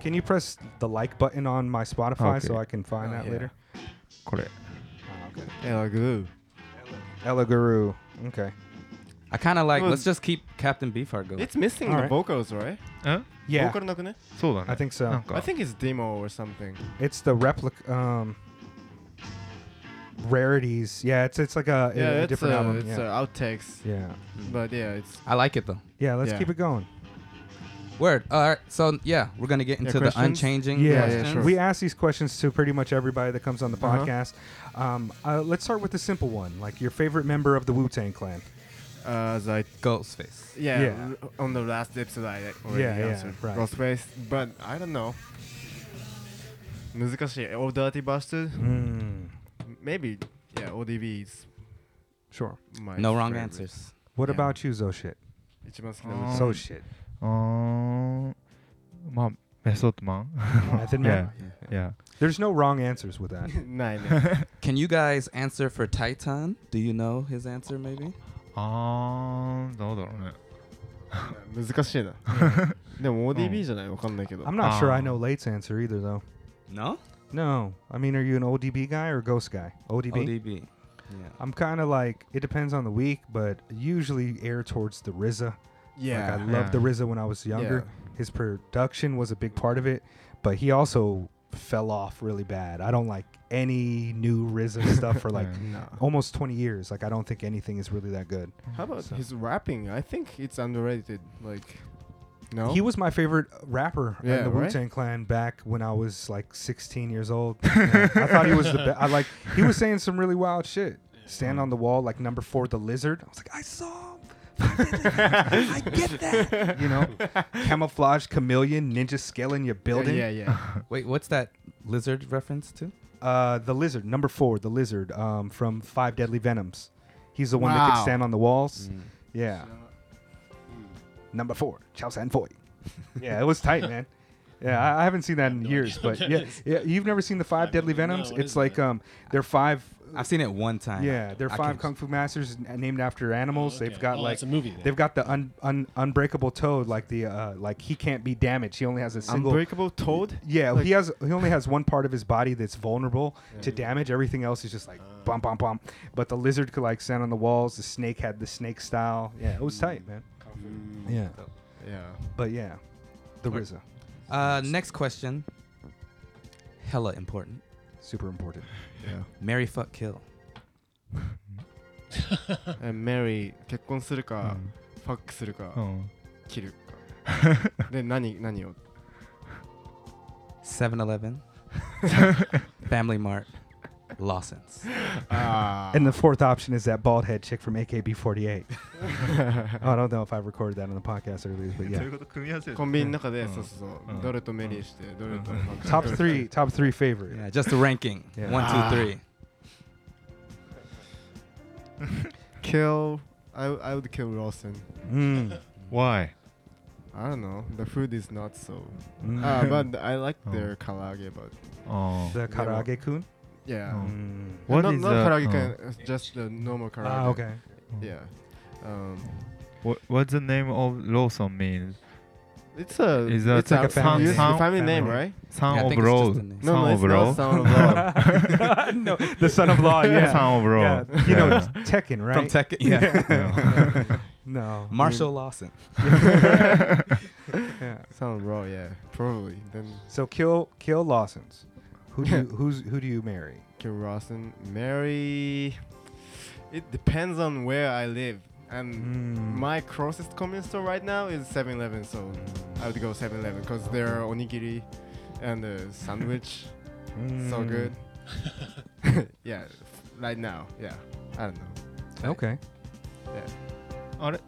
S1: Can you press the like button on my Spotify so
S6: Okay.
S1: I can find
S4: Oh,
S1: that
S4: yeah.
S1: later?
S6: これ
S1: Oh, okay.
S4: エラグ
S1: Ella Guru. Okay.
S2: I kind of like,
S4: Well,
S2: let's just keep Captain Beefheart
S4: ル
S2: going.
S4: It's missing the
S1: Alright.
S4: vocals, right?
S6: ん
S1: Yeah,
S4: ボーカルなくね
S6: そうだね
S1: I think so.
S2: Oh,
S6: なんか
S4: I think it's demo or something.
S1: it's the replica. Um, rarities. Yeah, it's it's like a, a- a
S4: Yeah, it's
S1: different
S4: a,
S1: album.
S4: it's
S1: Yeah.
S4: a outtakes.
S1: yeah,
S4: But yeah, it's
S2: I like it though.
S1: yeah. Let's
S4: Yeah.
S1: keep it going.
S2: Word. All right. So yeah, we're gonna get
S4: Yeah,
S2: into the
S4: questions?
S2: unchanging
S1: Yeah,
S4: yeah,
S2: questions.
S4: sure.
S1: We ask these questions to pretty much everybody that comes on the
S4: Uh-huh.
S1: podcast. Um, uh, let's start with the simple one, like your favorite member of the Wu Tang Clan.
S4: uh, as I
S2: Ghostface.
S4: yeah,
S1: Yeah.
S4: r- on the last episode I already
S1: Yeah, yeah,
S4: answered
S1: right.
S4: Ghostface, but I don't know. 難しい。All Dirty Bastard?
S1: Hmm.
S4: Maybe. Yeah, ODB is
S1: Sure.
S4: my
S2: No wrong
S4: favorite.
S2: answers.
S1: What
S4: Yeah.
S1: about you, Oh. Zo shit?
S4: 一番好きな
S6: うん
S1: So shit.
S6: うーんまあメソッドマ ン
S1: Method Man.
S6: yeah, yeah.
S1: There's no wrong answers with that.
S4: ないね。
S2: Can you guys answer for Titan? Do you know his answer maybe?
S6: あ
S7: Um,
S6: ーどうだろうね
S4: 難 しいな。でも ODB じゃないわかんないけど。
S1: Oh. I'm not sure I
S4: Ah.
S6: Um.
S1: know Late's answer either, though.
S2: Oh. No.
S1: No. I mean, are you an ODB guy or Ghost guy? ODB?
S2: ODB. Yeah.
S1: I'm kind of like, it depends on the week, but usually air towards the RZA.
S4: Yeah.
S1: Like, I loved the
S6: Yeah.
S1: RZA when I was younger. His production was a big part of it, but he also fell off really bad. I don't like any new RZA stuff for like
S4: no.
S1: almost 20 years. Like, I don't think anything is really that good.
S4: How about
S1: So-
S4: his rapping? I think it's underrated. Like, no.
S1: He was my favorite rapper in
S4: Yeah,
S1: the
S4: right?
S1: Wu Tang Clan back when I was like 16 years old. Yeah, I thought he was the best. I like he was saying some really wild shit. Stand on the wall, like number four, the lizard. I was like, I saw. him. I get that. You know, camouflage chameleon, ninja scaling your building.
S4: Yeah, yeah.
S2: Wait, what's that lizard reference too?
S1: Uh, the lizard, number four, the lizard um, from Five Deadly Venoms. He's the one that
S4: Wow. Mm.
S1: could stand on the walls. Yeah. Number four, Chao San Foy. yeah, it was tight, man. Yeah, I, I haven't seen that in years, but yeah, yeah, you've never seen the Five Deadly Venoms?
S7: what
S1: it's
S7: is
S1: like
S7: that?
S1: um, they're five.
S2: I've seen it one time.
S1: Yeah, they're
S2: I
S1: five
S2: can't-
S1: kung fu masters n- named after animals.
S7: okay.
S1: They've got
S7: Oh,
S1: like
S7: it's a movie then.
S1: They've got the un, un, unbreakable toad, like the uh, like he can't be damaged. He only has a single
S4: Unbreakable Toad?
S1: Yeah,
S4: Like-
S1: he has he only has one part of his body that's vulnerable to damage. Everything else is just like
S7: Uh.
S1: bum bum bum. But the lizard could like stand on the walls. The snake had the snake style. Yeah, it was tight, man. Yeah,
S4: Yeah.
S1: but yeah, the RZA,
S2: Uh, next question. Hella important.
S1: super important.
S2: Marry, fuck, kill.
S4: And Mary 結婚するか、ファックするか、
S6: うん
S4: 切る か。で、何何を
S2: 7 Eleven, Family Mart, Lawson's. Ah.
S4: あ
S1: And the fourth option is that bald head chick from AKB48. oh, I don't know if I recorded that on the podcast earlier,
S6: ど
S1: but
S6: うい
S1: yeah.
S6: うこと組み合わせ
S4: ー
S6: です
S4: コンビニの中で、
S6: うん
S4: そうそうそう、
S6: うん
S4: どれとメリーして、どれとファック
S1: Top three, top three favorite.
S2: Yeah, just the ranking.
S1: Yeah.
S2: One,
S4: Ah.
S2: two, three.
S4: Kill, I, I would kill Lawson.
S1: Mm.
S6: Why?
S4: I don't know, the food is not so.
S1: Mm.
S4: Ah, but I like
S6: うん
S4: their karaage, but
S6: Oh.
S1: the karaage kun.
S4: yeah.
S6: うん
S1: Mm.
S6: Oh. What
S4: not
S6: is
S4: not
S6: the-
S4: karaage,
S6: oh.
S4: kind, uh, just the normal karaage.
S1: Ah, okay.
S4: Yeah. Um,
S6: What what's the name of Lawson mean?
S4: it's a,
S6: Is that
S4: it's
S6: like
S4: a
S6: a family-
S4: it's a
S6: Sound-
S4: family name,
S1: family.
S4: right?
S6: Son
S2: Yeah, I
S6: of
S2: think it's
S6: Law.
S2: just a name.
S4: No, no,
S6: Son of
S4: it's not
S6: Law.
S4: Sound of Law.
S1: no, the son of law. Yeah.
S6: Son of Law.
S1: Yeah, You know, Tekken, right?
S2: From Tech. Yeah.
S6: Yeah.
S1: No.
S2: Marshall Lawson.
S1: Yeah.
S4: Sound raw, yeah, probably. Then
S1: So kill kill Lawson's. Who do you, who's who do you marry?
S4: Kim Rossen, Mary. It depends on where I live, and
S1: Mm.
S4: my closest convenience store right now is 7-Eleven, so I would go 7-Eleven because their onigiri and the sandwich so
S1: Mm.
S4: good. Hmm.
S6: Mm.
S4: yeah, right now, yeah. I don't know.
S1: Okay.
S6: あれ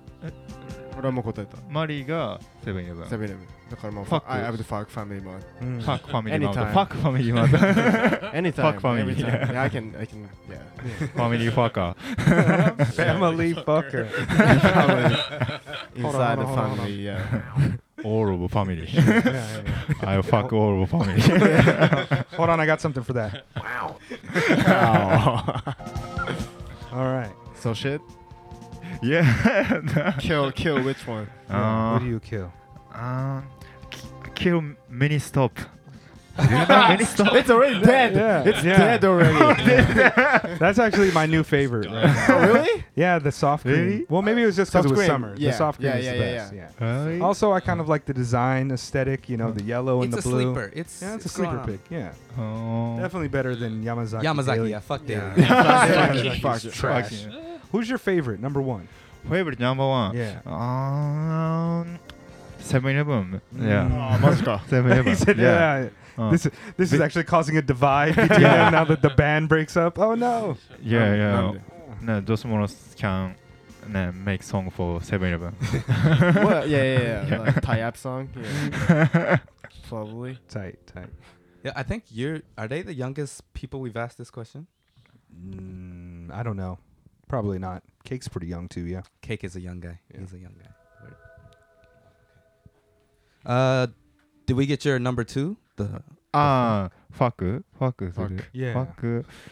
S4: 俺はもう答えた。
S6: マリーがセブンイレブン。ファ
S4: 7-Eleven。だからもう、
S6: Fuck
S4: I, I would fuck family mart.
S1: Mm.
S6: ックファミリーマート。
S4: Anytime.
S6: ファックファミリーマート。フ
S4: Anytime.
S6: Fuck family,
S4: every time.
S6: yeah.
S4: Yeah, I can, I can, yeah.
S6: ァミリーファーカ
S1: Family fucker.
S4: Family.
S1: Hold on,
S4: Inside the
S1: hold on, hold on.
S4: family, yeah.
S6: ー。All of family.
S1: Yeah, yeah, yeah.
S6: I fuck all of family.
S1: Hold on, I got something for that. All right.
S4: so shit.
S6: Yeah.
S4: Kill, kill. Which one?
S1: Yeah,
S6: Uh,
S1: Who do you kill?
S6: um, kill mini stop. Do you know mini stop?
S4: It's already dead.
S1: Yeah,
S4: It's
S1: yeah.
S4: dead already.
S1: That's actually my new favorite. right now.
S4: Oh, really?
S1: Yeah, the soft cream.
S6: Really?
S1: Well, maybe it was just because
S4: Soft
S1: it was
S4: cream,
S1: summer.
S4: yeah,
S1: The soft cream
S4: yeah,
S1: is
S4: yeah,
S1: the
S4: yeah,
S1: best. Yeah.
S6: Really?
S1: Also, I kind of like the design aesthetic. You know, the yellow and
S2: it's a
S1: the blue.
S2: sleeper. It's,
S1: Yeah, it's a
S2: going
S1: sleeper
S2: on.
S1: pick. Yeah,
S6: Oh.
S1: definitely better than Yamazaki.
S2: Yamazaki,
S1: Daily.
S2: yeah, fuck
S1: Yeah.
S2: Daily.
S4: Fuck it.
S1: Trash. Who's your favorite? Number one.
S6: Favorite number one.
S1: Yeah.
S6: Um, Seven Eleven.
S1: Mm.
S6: Yeah.
S4: マジか。
S6: Seven Eleven.
S1: Oh, He said,
S6: yeah.
S1: yeah.
S6: Uh,
S1: This this is actually causing a divide between them now that the band breaks up. Oh no.
S6: yeah,
S4: Um,
S6: yeah.
S4: Nande.
S6: No, Dos Monos can uh, make song for Seven Eleven.
S4: What? Yeah, yeah, yeah. Like tie up song. Yeah. Probably.
S1: Tight, tight.
S2: Yeah, I think you're. Are they the youngest people we've asked this question?
S1: Mm, I don't know. Probably not. Cake's pretty young too. Yeah.
S2: Cake is a young guy.
S1: Yeah.
S2: He's a young guy. Word. Uh, did we get your number two? The
S6: Ah, fuck, fuck,
S4: Fuck.
S1: Yeah.
S6: fuck.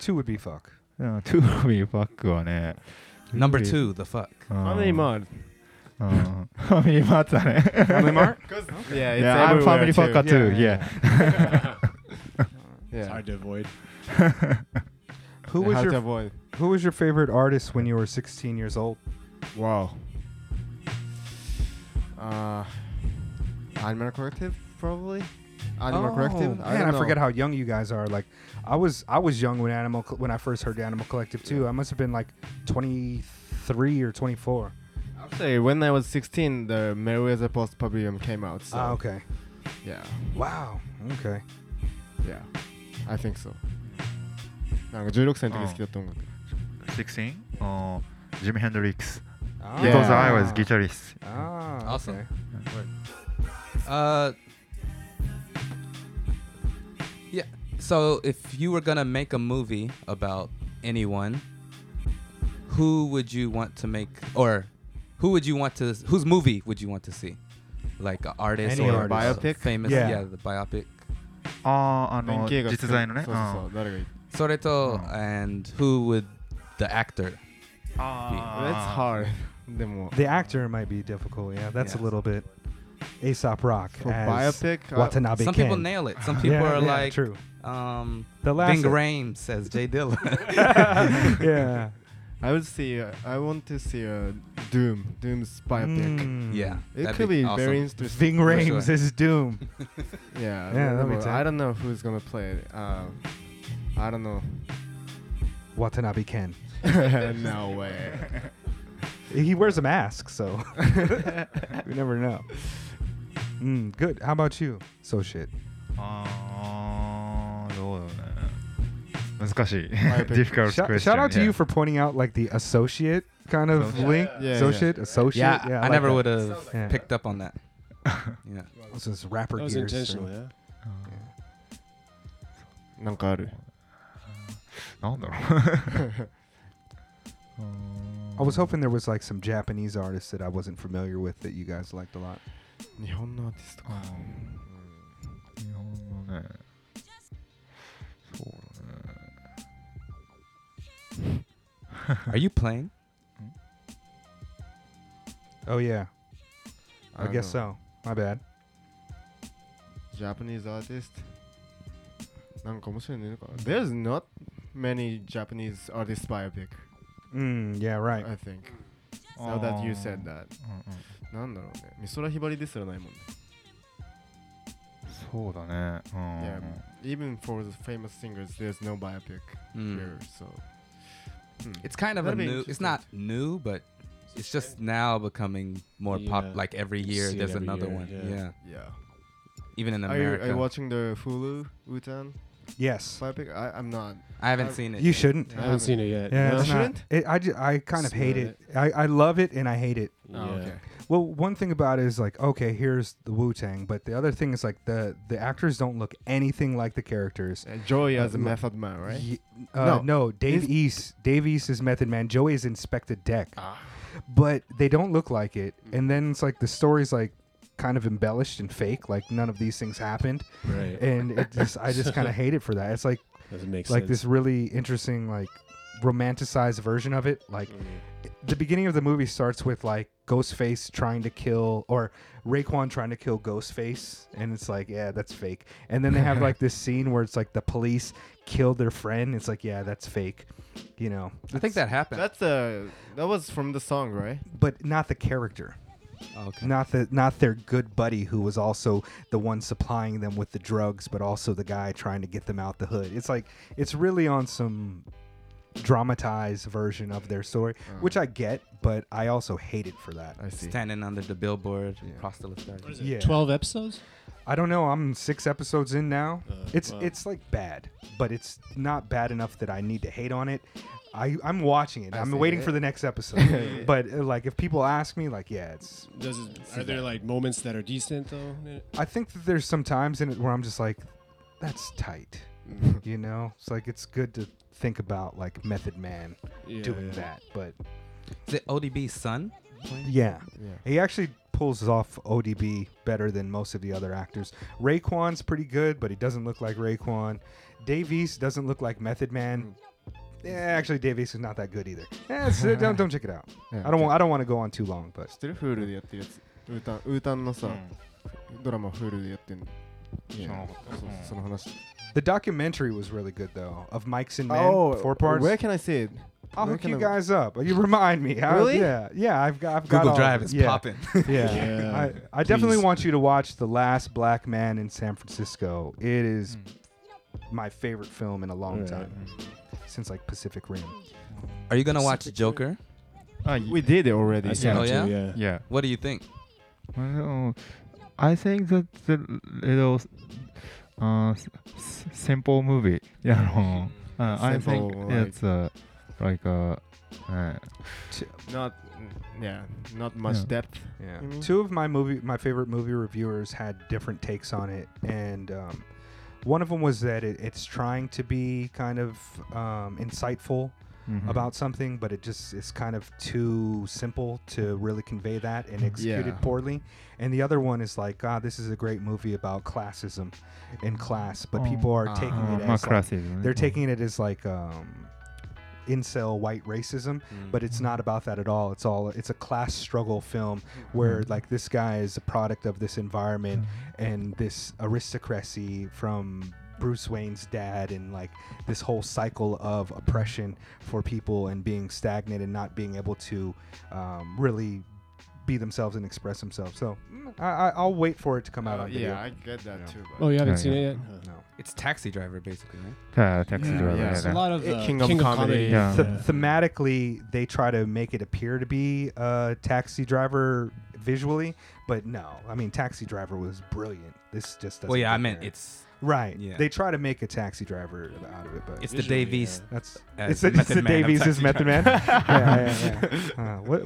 S1: Two would be fuck.
S6: Uh, two me fuck はね。
S2: number two, the fuck.
S6: うん。
S4: How many more?
S6: うんファミリーマートだね。
S1: Family Mart.
S4: Yeah, it's
S6: Yeah, I'm family
S4: everywhere too.
S6: fucker too. Yeah.
S7: It's
S4: Yeah.
S7: hard to avoid.
S1: Who was
S4: Hard to
S1: your
S4: avoid.
S1: Who was your favorite artist when you were 16 years old?
S4: Wow. Uh, animal corrective, probably. Animal corrective.
S1: Oh, Man, I,
S4: don't know.
S1: forget how young you guys are. Like, I was I was young when Animal Col- when I first heard Animal Collective too. I must have been like 23 or 24.
S4: I'll say when I was 16, the Meriwether Post Pavilion came out. So
S1: Ah, okay.
S4: Yeah.
S1: Wow. Okay.
S4: Yeah. I think so. なんか16歳の
S1: Oh.
S4: 時好きだった音楽。
S6: 16? Oh, Jimi Hendrix.
S1: Ah.
S4: Yeah.
S6: Because I was guitarist.
S1: Ah,
S2: Awesome.
S1: okay.
S2: Uh, yeah. So if you were gonna make a movie about anyone, who would you want to make, or who would you want to, whose movie would you want to see? Like an artist
S1: Any
S2: or
S1: artist.
S2: a
S4: Biopic?
S2: famous,
S1: Yeah.
S2: yeah. the biopic.
S6: あああ
S4: 連
S6: の
S4: 携が
S6: 実在のね
S4: そうそうそう誰がいい
S2: Soreto
S6: Oh.
S2: and who would the actor?
S4: ？That's
S6: あ
S4: hard でも
S1: The actor might be difficult. Yeah, that's a
S2: Yeah.
S1: little bit. Aesop Rock
S4: For
S1: as Uh,
S4: biopic, uh, I-
S1: Watanabe
S2: Some
S1: Ken.
S2: people nail it. Some
S1: Yeah,
S2: people are
S1: yeah,
S2: like,
S1: true.
S2: um,
S1: The last
S2: Bing Rames says Jay Dilla.
S1: yeah.
S4: I would see uh, I want to see a Doom Doom's biopic
S1: Mm.
S2: yeah,
S4: It
S2: that'd
S4: could be very
S2: awesome.
S4: interesting.
S1: Ving
S2: For
S1: Rhames
S2: sure.
S1: is Doom.
S4: Yeah,
S1: Yeah, that'd be
S4: well,
S1: tight.
S4: I don't know who's gonna play it. Um, I don't know.
S1: Watanabe Ken.
S4: no way.
S1: He wears a mask, so we never know. Mm, good. How about you? So shit.
S6: ーあーどうだろうね難しい
S4: Biopic.
S6: difficult
S1: Shout-
S6: question
S1: shout out to
S6: yeah.
S1: you for pointing out like the associate kind of
S6: Associate.
S1: link.
S4: Yeah, yeah.
S1: associate, associate.
S2: Yeah, I,
S1: like
S2: never
S1: that.
S2: would have
S1: Yeah.
S2: picked up on that. yeah.
S1: This is rapper
S7: That was
S1: gears.
S7: intentional, yeah.
S4: なんかある。
S6: なん だろう
S1: I was hoping there was like some Japanese artists that I wasn't familiar with that you guys liked a lot.
S4: 日本のアーティスト
S6: あ
S1: Oh,
S6: ー日本のねそうだね
S2: Are you playing?
S1: Oh yeah, I,
S4: か。
S1: guess so. My bad.
S4: Japanese artist. なんか面白いのいるかな There's not many Japanese artist biopic.
S1: Mm, yeah, right. Oh.
S4: I think. Now that you said
S6: う
S4: that.
S6: んうん
S4: なんだろうね。美空ひばりですらないもんね。
S6: そうだね。うん
S4: Yeah. Even for the famous singers, there's no biopic
S2: Mm.
S4: here. So. Hmm.
S2: It's kind of a
S4: That'd be
S2: new. It's
S4: interesting.
S2: not new, but it's just now becoming more pop.
S7: Yeah.
S2: Like every
S7: You
S2: year,
S7: see it
S2: there's
S7: every
S2: another
S7: year,
S2: one. Yeah.
S7: yeah.
S4: Yeah.
S2: even in
S4: Are you,
S2: America.
S4: are you watching the Hulu Wutan
S1: Yes,
S4: biopic? I, I'm not.
S2: I haven't seen it.
S1: you
S2: yet.
S1: shouldn't.
S7: I haven't seen it yet.
S1: Yeah,
S4: No.
S1: it's not.
S4: Shouldn't?
S1: It, I, ju- I kind of hate it.
S7: Smell
S1: I, I love it and I hate it.
S4: Oh,
S7: Yeah.
S4: okay.
S1: Well, one thing about it is like, okay, here's the Wu Tang, but the other thing is like the the actors don't look anything like the characters.
S4: Uh, Joey as a
S1: look-
S4: method man, right?
S1: Ye- uh, no.
S4: No.
S1: Dave
S4: He's-
S1: East. Dave East is Method Man. Joey is Inspector Deck.
S4: Ah.
S1: But they don't look like it. And then it's like the story's like kind of embellished and fake. Like none of these things happened.
S7: Right.
S1: And it just I just kind of hate it for that. It's like
S7: Doesn't make
S1: like
S7: sense.
S1: this really interesting like romanticized version of it. Like the beginning of the movie starts with like Ghostface trying to kill or Raekwon trying to kill Ghostface, and it's like, yeah, that's fake. And then they have like this scene where it's like the police killed their friend. It's like, yeah, that's fake. You know,
S2: I think that happened.
S4: That's a that was from the song, right?
S1: but not the character,
S2: okay.
S1: not the not their good buddy who was also the one supplying them with the drugs, but also the guy trying to get them out the hood. It's like it's really on some dramatized version of their story,
S7: Uh-huh.
S1: which I get, but I also hate it for that.
S4: I see.
S2: Standing under the billboard,
S1: Yeah.
S2: proselytizing.
S7: What is it,
S1: Yeah.
S7: 12 episodes?
S1: I don't know. I'm six episodes in now.
S7: Uh,
S1: it's
S7: wow.
S1: it's like bad, but it's not bad enough that I need to hate on it. I I'm watching it. I am
S4: see.
S1: waiting for the next episode. but uh, like, if people ask me, like, yeah, it's.
S7: Does it, are there like moments that are decent though? in it?
S1: I think that there's some times in it where I'm just like, that's tight. you know, it's like it's good to think about like Method Man
S7: Yeah,
S1: doing
S7: yeah.
S1: that, but
S2: Is it ODB's son?
S4: Yeah.
S1: yeah, he actually pulls off ODB better than most of the other actors. Raekwon's pretty good, but he doesn't look like Raekwon. Davies doesn't look like Method Man. Yeah, actually, Davies is not that good either. Eh, it's- don't don't check it out. I don't want I don't want to go on too long, but
S4: 知ってるフールでやってるやつ。ウータンウータンのさ、
S7: Hmm.
S4: ドラマフールでやってんの。
S6: 知らなかった
S4: そう
S2: Mm.
S4: その話。
S1: the documentary was really good though of Mike's and Men, four parts.
S4: Oh, Where can I see it?
S1: I'll
S4: where
S1: hook
S4: can
S1: you
S4: I-
S1: guys up. You remind me. I-
S4: Really?
S1: Yeah, yeah. I've got I've got
S2: Google
S1: all-
S2: Drive is
S1: yeah.
S2: popping.
S1: Yeah.
S7: Yeah.
S1: I, I definitely
S7: Please.
S1: want you to watch The Last Black Man in San Francisco. It is
S2: Hmm.
S1: my favorite film in a long
S7: Right.
S1: time. Since like Pacific Rim.
S2: Are you gonna watch Joker?
S6: Ah,
S4: We did it already.
S7: I saw
S2: Oh,
S7: it
S2: yeah?
S7: too, yeah.
S6: yeah.
S2: What do you think?
S6: Well, I think that the little uh, s- s- simple movie. Yeah. No. Uh, I think
S4: Simple, like-
S6: it's uh, like uh, uh,
S4: Not, mm, yeah, not much
S6: Yeah.
S4: depth.
S1: Yeah.
S4: Mhm.
S1: Two of my movie my favorite movie reviewers had different takes on it and um One of them was that it, it's trying to be kind of um, insightful about something, but it just is kind of too simple to really convey that and executed
S4: Yeah.
S1: poorly. And the other one is like, ah, this is a great movie about classism in class, but people are taking
S6: Oh, ま
S1: it
S6: あ
S1: as like,
S6: クラシズムね。
S1: they're taking it as like um, incel white racism, but
S4: Mm-hmm.
S1: it's not about that at all. It's all it's a class struggle film
S4: Mm-hmm.
S1: where like this guy is a product of this environment
S4: Mm-hmm.
S1: and this aristocracy from Bruce Wayne's dad and like this whole cycle of oppression for people and being stagnant and not being able to um, really be themselves and express themselves. So mm, I, I, I'll wait for it to come out on video.
S4: Uh, yeah, I get that too.
S7: Oh, you haven't
S6: Yeah,
S7: seen
S6: yeah.
S7: it yet? Huh.
S1: no.
S2: It's Taxi Driver, basically, right?
S6: Uh, taxi driver.
S4: yeah.
S6: yeah,
S7: It's a
S6: yeah.
S7: lot of
S4: Eh,
S7: uh,
S4: King of Comedy.
S6: Yeah.
S1: Th- thematically, they try to make it appear to be a taxi driver visually, but no. I mean, Taxi Driver was brilliant. This just doesn't.
S2: Well, yeah, I
S1: get
S2: meant
S1: there.
S2: it's
S1: right.
S2: yeah.
S1: They try to make a Taxi Driver out of it, but it's
S2: it's the
S7: Visually,
S2: Davies.
S1: that's
S2: uh,
S1: it's, the
S2: Method
S1: it's the
S2: Man of
S1: Davies is
S2: Taxi
S1: Method Man.
S2: Driver.
S1: yeah, yeah, yeah. Uh, what?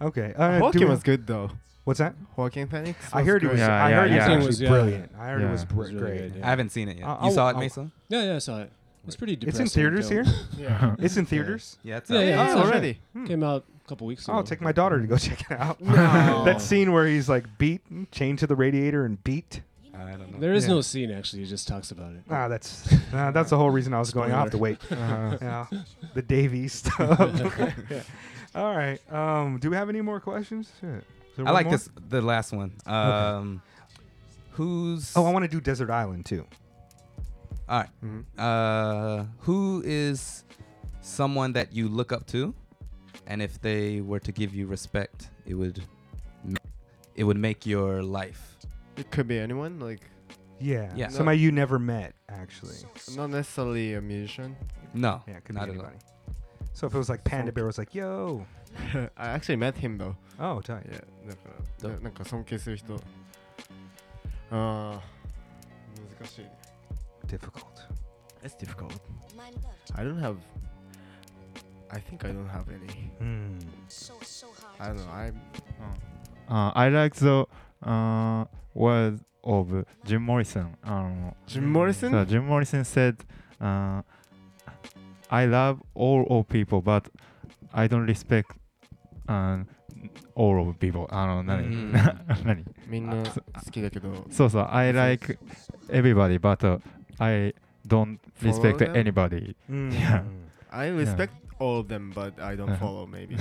S1: Okay. Uh, do
S4: Joaquin
S1: we-
S4: was good though.
S1: What's that?
S4: Joaquin Phoenix.
S1: I heard he
S4: great.
S1: was.
S6: Yeah,
S1: I
S6: yeah,
S1: heard he
S6: yeah.
S7: Joaquin
S1: was actually
S7: was, yeah.
S1: brilliant. I heard it
S6: Yeah.
S1: was
S6: It
S1: br-
S7: It's really
S1: great.
S7: good,
S2: I
S7: yeah.
S2: haven't seen it yet.
S1: I'll-
S2: you saw it,
S1: I'll-
S2: Mason?
S7: yeah, yeah, I saw it. It's pretty
S1: It's
S7: depressing.
S1: in theaters
S7: film.
S1: here.
S4: Yeah.
S1: It's in theaters. Hmm.
S2: Yeah, it's
S7: Yeah,
S2: out.
S7: yeah,
S4: Oh,
S7: it's out.
S4: already.
S7: Came out a couple weeks ago.
S1: I'll take my daughter to go check it out.
S4: No.
S1: that scene where he's like beat, chained to the radiator, and beat.
S2: I don't know.
S7: There is
S1: Yeah.
S7: no scene actually. He just talks about it.
S1: Ah, that's ah, that's the whole reason I was going off the wait.
S4: Uh-huh.
S1: Yeah, the Davies stuff. Yeah. All right. Um, do we have any more questions? Shit. Is there
S2: I
S1: one
S2: like
S1: more?
S2: this the last one. Um, Who's
S1: Oh, I want to do Desert Island too. Mm-hmm.
S2: all right. Uh, who is someone that you look up to, and if they were to give you respect, it would m- it would make your life.
S4: It could be anyone, like
S1: Yeah.
S2: Yeah.
S1: Somebody you never met actually.
S4: not necessarily a musician.
S2: No,
S1: Yeah, it could
S2: not
S1: be
S2: at all.
S1: anybody. So if it was like Panda Bear was like, "Yo,"
S4: I actually met him though.
S1: oh, tight.
S4: いやだか
S2: ど
S4: ら
S2: う
S4: ななんか尊敬する人ああ難しい
S1: Difficult.
S4: It's difficult I don't have I think I don't have any
S1: Hmm.
S4: I don't know I'm
S6: Uh, I like the uh, words of Jim Morrison. あの
S4: Jim Morrison?
S6: So Jim Morrison said, uh, "I love all of people, but I don't respect uh, all of people." あの何、
S2: うん
S6: 何？
S4: みん
S6: Ah,
S4: な好きだけど
S6: そうそう。I like everybody, but、I uh, don't respect
S4: Follow them? Hmm.
S6: anybody. Hmm.
S1: Mm.
S6: Yeah. Uh-huh.
S4: I respect all of them but I don't follow maybe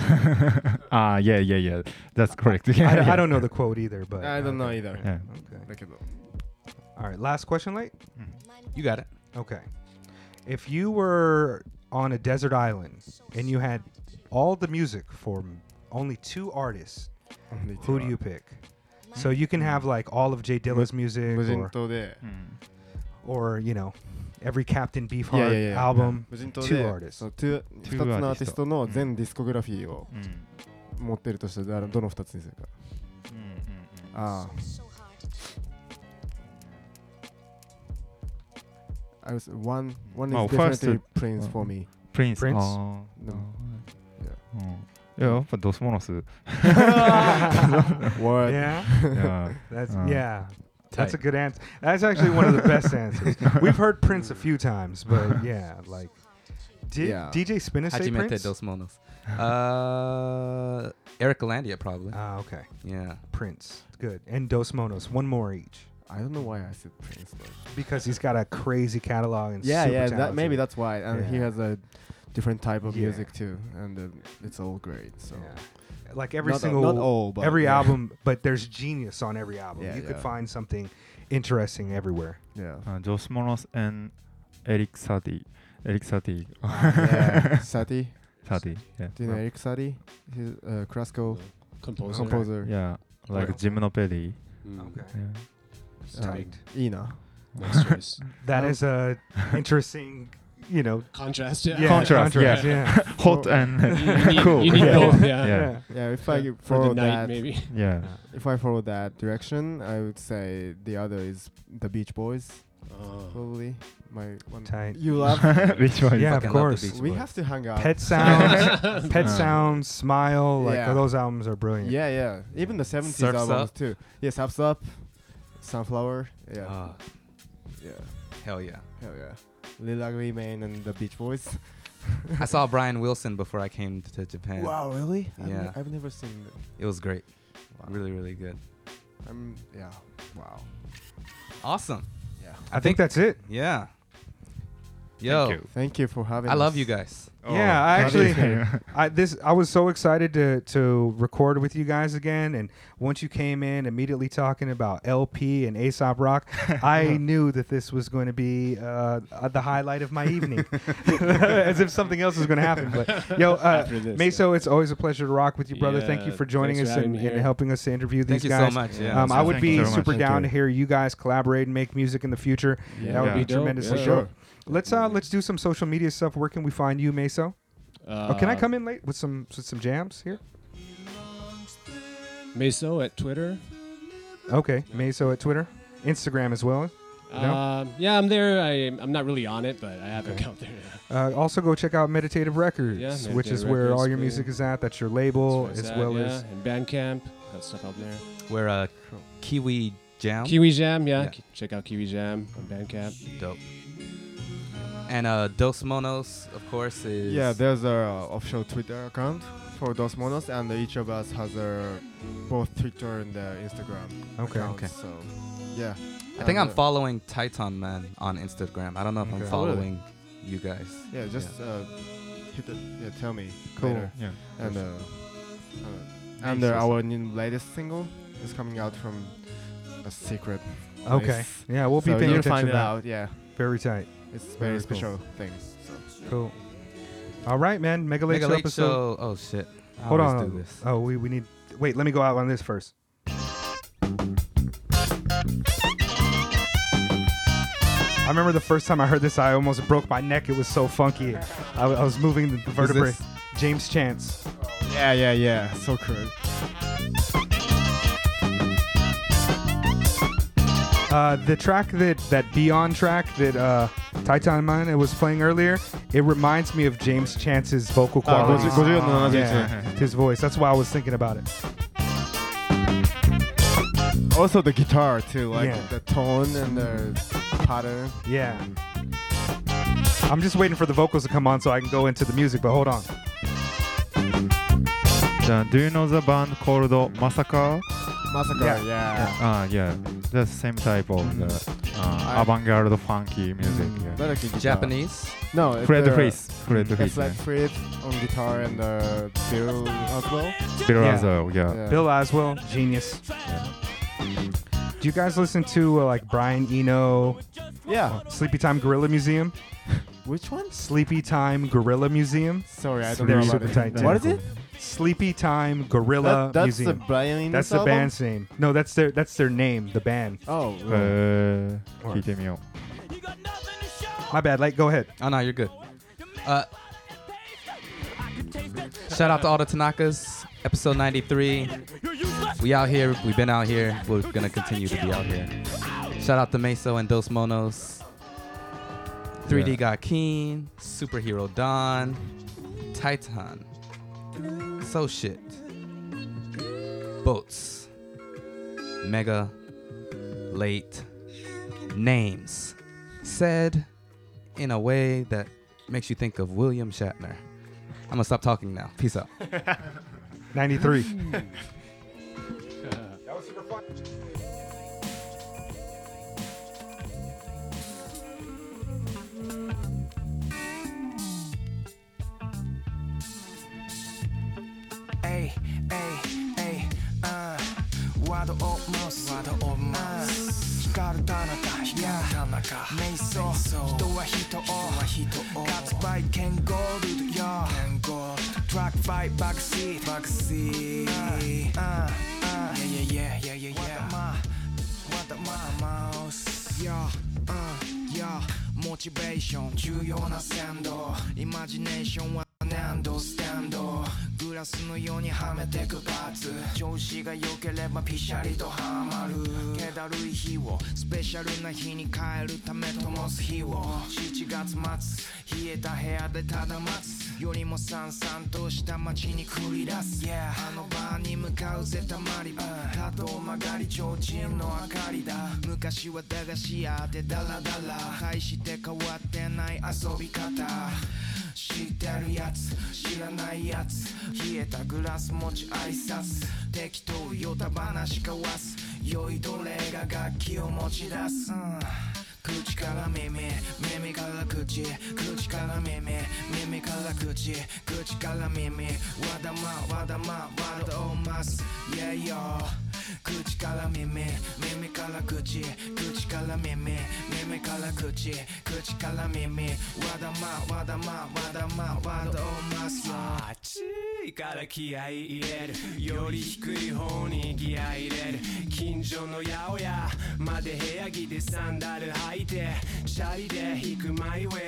S6: Ah, yeah, yeah, yeah. That's correct. Yeah,
S1: I, I
S6: yeah.
S1: don't know the quote either, but
S4: I don't know
S1: okay.
S4: either
S6: Yeah.
S1: Okay.
S4: だけど
S1: All right. Last question, late.
S2: You got it.
S1: Okay. If you were on a desert island and you had all the music for m- only two artists, who do you pick? So you can have like all of Jay Dilla's music
S4: 無人
S1: or,
S4: 島で
S1: or you know, every Captain Beefheart
S4: いやいやいや
S1: album.
S4: 無人島
S1: Two
S4: で
S1: artists.
S4: その two- 二つ
S6: Two
S4: のアーティストの
S6: artists
S4: 全ディスコグラフィーを
S6: うんうんうん
S4: 持ってるとしたらどの二つにするか
S6: うん
S4: ああ。I was one one is
S6: Oh, first
S4: definitely
S6: it-
S4: Prince
S6: uh,
S4: for me.
S6: Prince. Oh.
S1: Prince?
S6: あー
S4: No.
S6: うんいや、やっぱドスモノス。い
S4: What?
S1: Yeah,
S6: や
S1: that's
S6: Uh,
S1: yeah. That's a good answer. That's actually one of the best answers. We've heard Prince a few times, but yeah, like did
S4: Yeah.
S1: DJ Spinner say
S2: Hajimete
S1: Prince?
S2: dos monos. Uh, Eric Landia probably.
S1: Ah, okay,
S2: Yeah.
S1: Prince. Good. And Dos Monos, one more each,
S4: I don't know why I said Prince. But
S1: because he's got a crazy catalog and
S4: yeah,
S1: super
S4: yeah. That,
S1: talented.
S4: maybe that's why. And he
S1: Yeah.
S4: has a different type of
S1: Yeah.
S4: music too, and uh, it's all great. So
S1: Yeah. Like every
S4: Not all-
S1: single,
S4: not all, but
S1: every
S4: yeah.
S1: album, but there's genius on every album.
S4: Yeah,
S1: you could
S4: yeah.
S1: find something interesting everywhere.
S4: yeah,
S6: ードスモノス Uh, and エリック・サティ。エリック・サティ。
S4: yeah. Sati,
S6: サティ。Yeah.
S4: do you know Eric Sati? He's uh, Crasco
S7: Composer.
S4: composer.
S6: Yeah. Like ジムのペリー。
S7: Mm.
S6: Yeah.
S4: Um,
S1: tight.
S4: Ina.
S7: Nice choice.
S1: That
S4: Um,
S1: is a interesting, you know,
S7: Contrast. Yeah.
S1: yeah,
S6: Contrast,
S1: yeah. yeah.
S6: Hot
S4: So-
S6: and
S7: You need,
S6: cool.
S7: you need
S6: Yeah.
S7: both. Yeah.
S6: Yeah.
S4: Yeah, if
S7: Yeah.
S4: I
S7: For
S4: follow
S7: the
S4: that,
S7: night, maybe.
S6: Yeah.
S4: if I follow that direction, I would say the other is the Beach Boys.
S7: Oh.
S4: Probably my one.
S1: Tight.
S4: You love
S6: Which one?
S1: Yeah, of
S2: Fucking love
S1: course.
S2: the Beach
S4: We
S2: Boys.
S4: have to hang out.
S1: Pet Sounds, Pet
S6: Uh,
S1: Sounds, Smile, like
S4: Yeah.
S1: those albums are brilliant.
S4: Yeah, yeah. Even the 70s
S2: Surf's
S4: albums
S2: Up.
S4: too. Yeah, Surf's Up, Sunflower. Yeah.
S2: Ah,
S4: yeah.
S2: Hell yeah.
S4: Hell yeah. Lil Ugly Mane and the Beach Boys.
S2: I saw Brian Wilson before I came to Japan.
S4: Wow, really? I've,
S2: Yeah.
S4: ne- I've never seen. Them.
S2: It was great. Really, really good.
S4: I'm um, yeah. Wow.
S2: Awesome.
S1: I think, that's it.
S2: Yeah. Yo,
S4: Thank you Oh. for having.
S2: I love
S4: us.
S2: you guys.
S7: Oh.
S1: yeah, I
S4: that
S1: actually,
S4: is fair.
S1: I this I was so excited to to record with you guys again, and once you came in, immediately talking about LP and Aesop Rock, I knew that this was going to be uh, uh, the highlight of my evening, as if something else was going to happen. But yo, uh,
S7: After this,
S1: Meso, it's always a pleasure to rock with you, brother. Thank you
S7: Yeah,
S1: for joining
S7: thanks
S1: us
S7: for having
S1: and,
S7: me
S1: and
S7: here.
S1: helping us to interview these
S2: Thank you
S1: guys.
S2: so much. Yeah.
S1: Um, I would
S6: Thank
S1: be
S6: you so much.
S1: super
S6: Thank
S1: down
S6: you.
S1: to hear you guys collaborate and make music in the future. That would
S4: Yeah.
S1: be
S4: Be
S7: dope.
S1: tremendously
S7: Yeah.
S1: dope. Let's uh let's do some social media stuff. Where can we find you, Meso?
S7: Uh,
S1: Oh, can I come in late with some with some jams here?
S7: Meso at Twitter.
S1: Okay, Meso at Twitter, Instagram as well. No?
S7: Um, yeah, I'm there. I, I'm not really on it, but I have an account there.
S1: Uh, also, go check out Meditative Records,
S7: Yeah,
S1: which
S7: Meditative
S1: is where all
S7: Records,
S1: your
S7: cool.
S1: music is at. That's your label,
S7: That's
S1: as
S7: that,
S1: well
S7: uh, yeah.
S1: as
S7: and Bandcamp. Got stuff out there.
S2: We're uh, Kiwi Jam.
S7: Kiwi Jam, yeah.
S2: Yeah.
S7: K- Check out Kiwi Jam on Bandcamp.
S2: Dope. And uh, Dos Monos, of course, is
S4: Yeah, there's our uh, official Twitter account for Dos Monos, and each of us has our both Twitter and uh, Instagram.
S1: okay.
S4: accounts,
S2: okay.
S4: So, yeah.
S2: I think
S4: And,
S2: I'm
S4: uh,
S2: following Titan Man on Instagram. I don't know if I'm
S1: Okay.
S4: Oh, really?
S2: following you guys.
S4: Yeah, just Uh, hit the, yeah, tell me.
S6: Cool.
S4: later.
S6: Yeah.
S4: And uh, uh, and uh, our new latest single is coming out from a secret.
S1: Okay.
S4: place.
S1: Yeah, we'll be
S4: so
S1: paying
S4: you'll
S1: attention
S4: find
S1: to
S4: it
S1: that.
S4: out. Yeah,
S1: Very tight.
S4: it's
S1: Very
S4: very,
S1: cool.
S4: special thing. So.
S1: Cool. All right, man. Mega Late
S2: Mega
S1: Show
S2: Late
S1: episode.
S2: Show- Oh shit. I
S1: Hold
S2: always
S1: on.
S2: Do this.
S1: Oh, we, we need. Wait, let me go out on this first. I remember the first time I heard this, I almost broke my neck. It was so funky. I, I was moving the vertebrae.
S2: this-
S1: James Chance.
S4: Yeah, yeah, yeah. So cool.
S1: Uh, the track that that Beyond track that uh, Titan Mine was playing earlier, it reminds me of James Chance's vocal
S4: Uh,
S1: quality.
S4: 50 57
S1: yeah, his voice. That's why I was thinking about it.
S4: Also the guitar too, like
S1: Yeah.
S4: the tone and the pattern.
S1: Yeah. I'm just waiting for the vocals to come on so I can go into the music. But hold on.
S6: Uh, do you know the band called uh, Massacre?
S4: Massacre,
S1: Yeah.
S4: yeah.
S6: Ah, yeah. The same type of the, uh,
S4: I-
S6: avant-garde funky music. Yeah.
S4: Not like a guitar.
S2: Japanese.
S4: No, it's
S6: Fred
S4: uh,
S6: Fries. Fred
S4: It's
S6: Fries.
S4: like
S6: Yeah.
S4: Fred on guitar and uh, Bill Oswald.
S6: Bill
S1: Yeah.
S6: Lazo, yeah.
S4: Yeah.
S1: Bill Aswell, genius. Do you guys listen to uh, like Brian Eno,
S4: Yeah.
S1: Sleepy Time Gorilla Museum?
S4: Which one?
S1: Sleepy Time Gorilla Museum.
S4: Sorry, I
S1: So
S4: don't
S1: they're
S4: know about
S1: super
S4: it.
S1: tight, too.
S4: What is it?
S1: Sleepy Time Gorilla
S4: That- that's
S1: Museum.
S4: the Brian Eno
S1: That's the
S4: album?
S1: band's name. No, that's their that's their name, the band.
S4: Oh, really?
S6: Uh,
S1: Or-
S6: 聞いてみよう。
S1: My bad. Like, go ahead.
S2: Oh no, you're good. Uh, shout out to all the Tanakas. Episode 93. We out here. We've been out here. We're gonna continue to be out here. Shout out to Meso and Dos Monos. 3D
S6: Yeah.
S2: Got Keen. Superhero Don. Titan. So shit. Boats. Mega. Late. Names. Said in a way that makes you think of William Shatner. I'm gonna stop talking now. Peace out.
S1: 93.
S7: Hmm.
S3: Ay, ay, ay, uh, Uh, ワードオブマウスワードオブマウス光る田中光る田中瞑想人は人を人を勝つバイケンゴールドよトラックファイバックシートバックシート uh, yeah yeah yeah yeah yeah yeah またまあマウス Yeah, uh, yeah モチベーション重要な鮮度イマジネーションは何度スタンドグララスのようにはめてくパーツ調子が良ければピシャリとハマる気だるい日をスペシャルな日に変えるため灯す日を7月末冷えた部屋でただ待つよりもさんさんとした街に繰り出す、Yeah あのバーに向かうぜたまり場多頭曲がり提灯の明かりだ昔は駄菓子屋でダラダラ大して変わってない遊び方知ってるやつ知らないやつ冷えたグラス持ち挨拶適当よた話交わす酔いどれが楽器を持ち出す、うん口から耳耳から口口から耳耳から口口から耳わだまわだまわだおます Yeah yo 口から耳耳から口口から耳耳から口口から耳わだまわだまわだまわだおますよあっちから気合い入れるより低い方にギア入れる近所の八百屋まで部屋着でサンダル履いてシャリで引くマイウェイ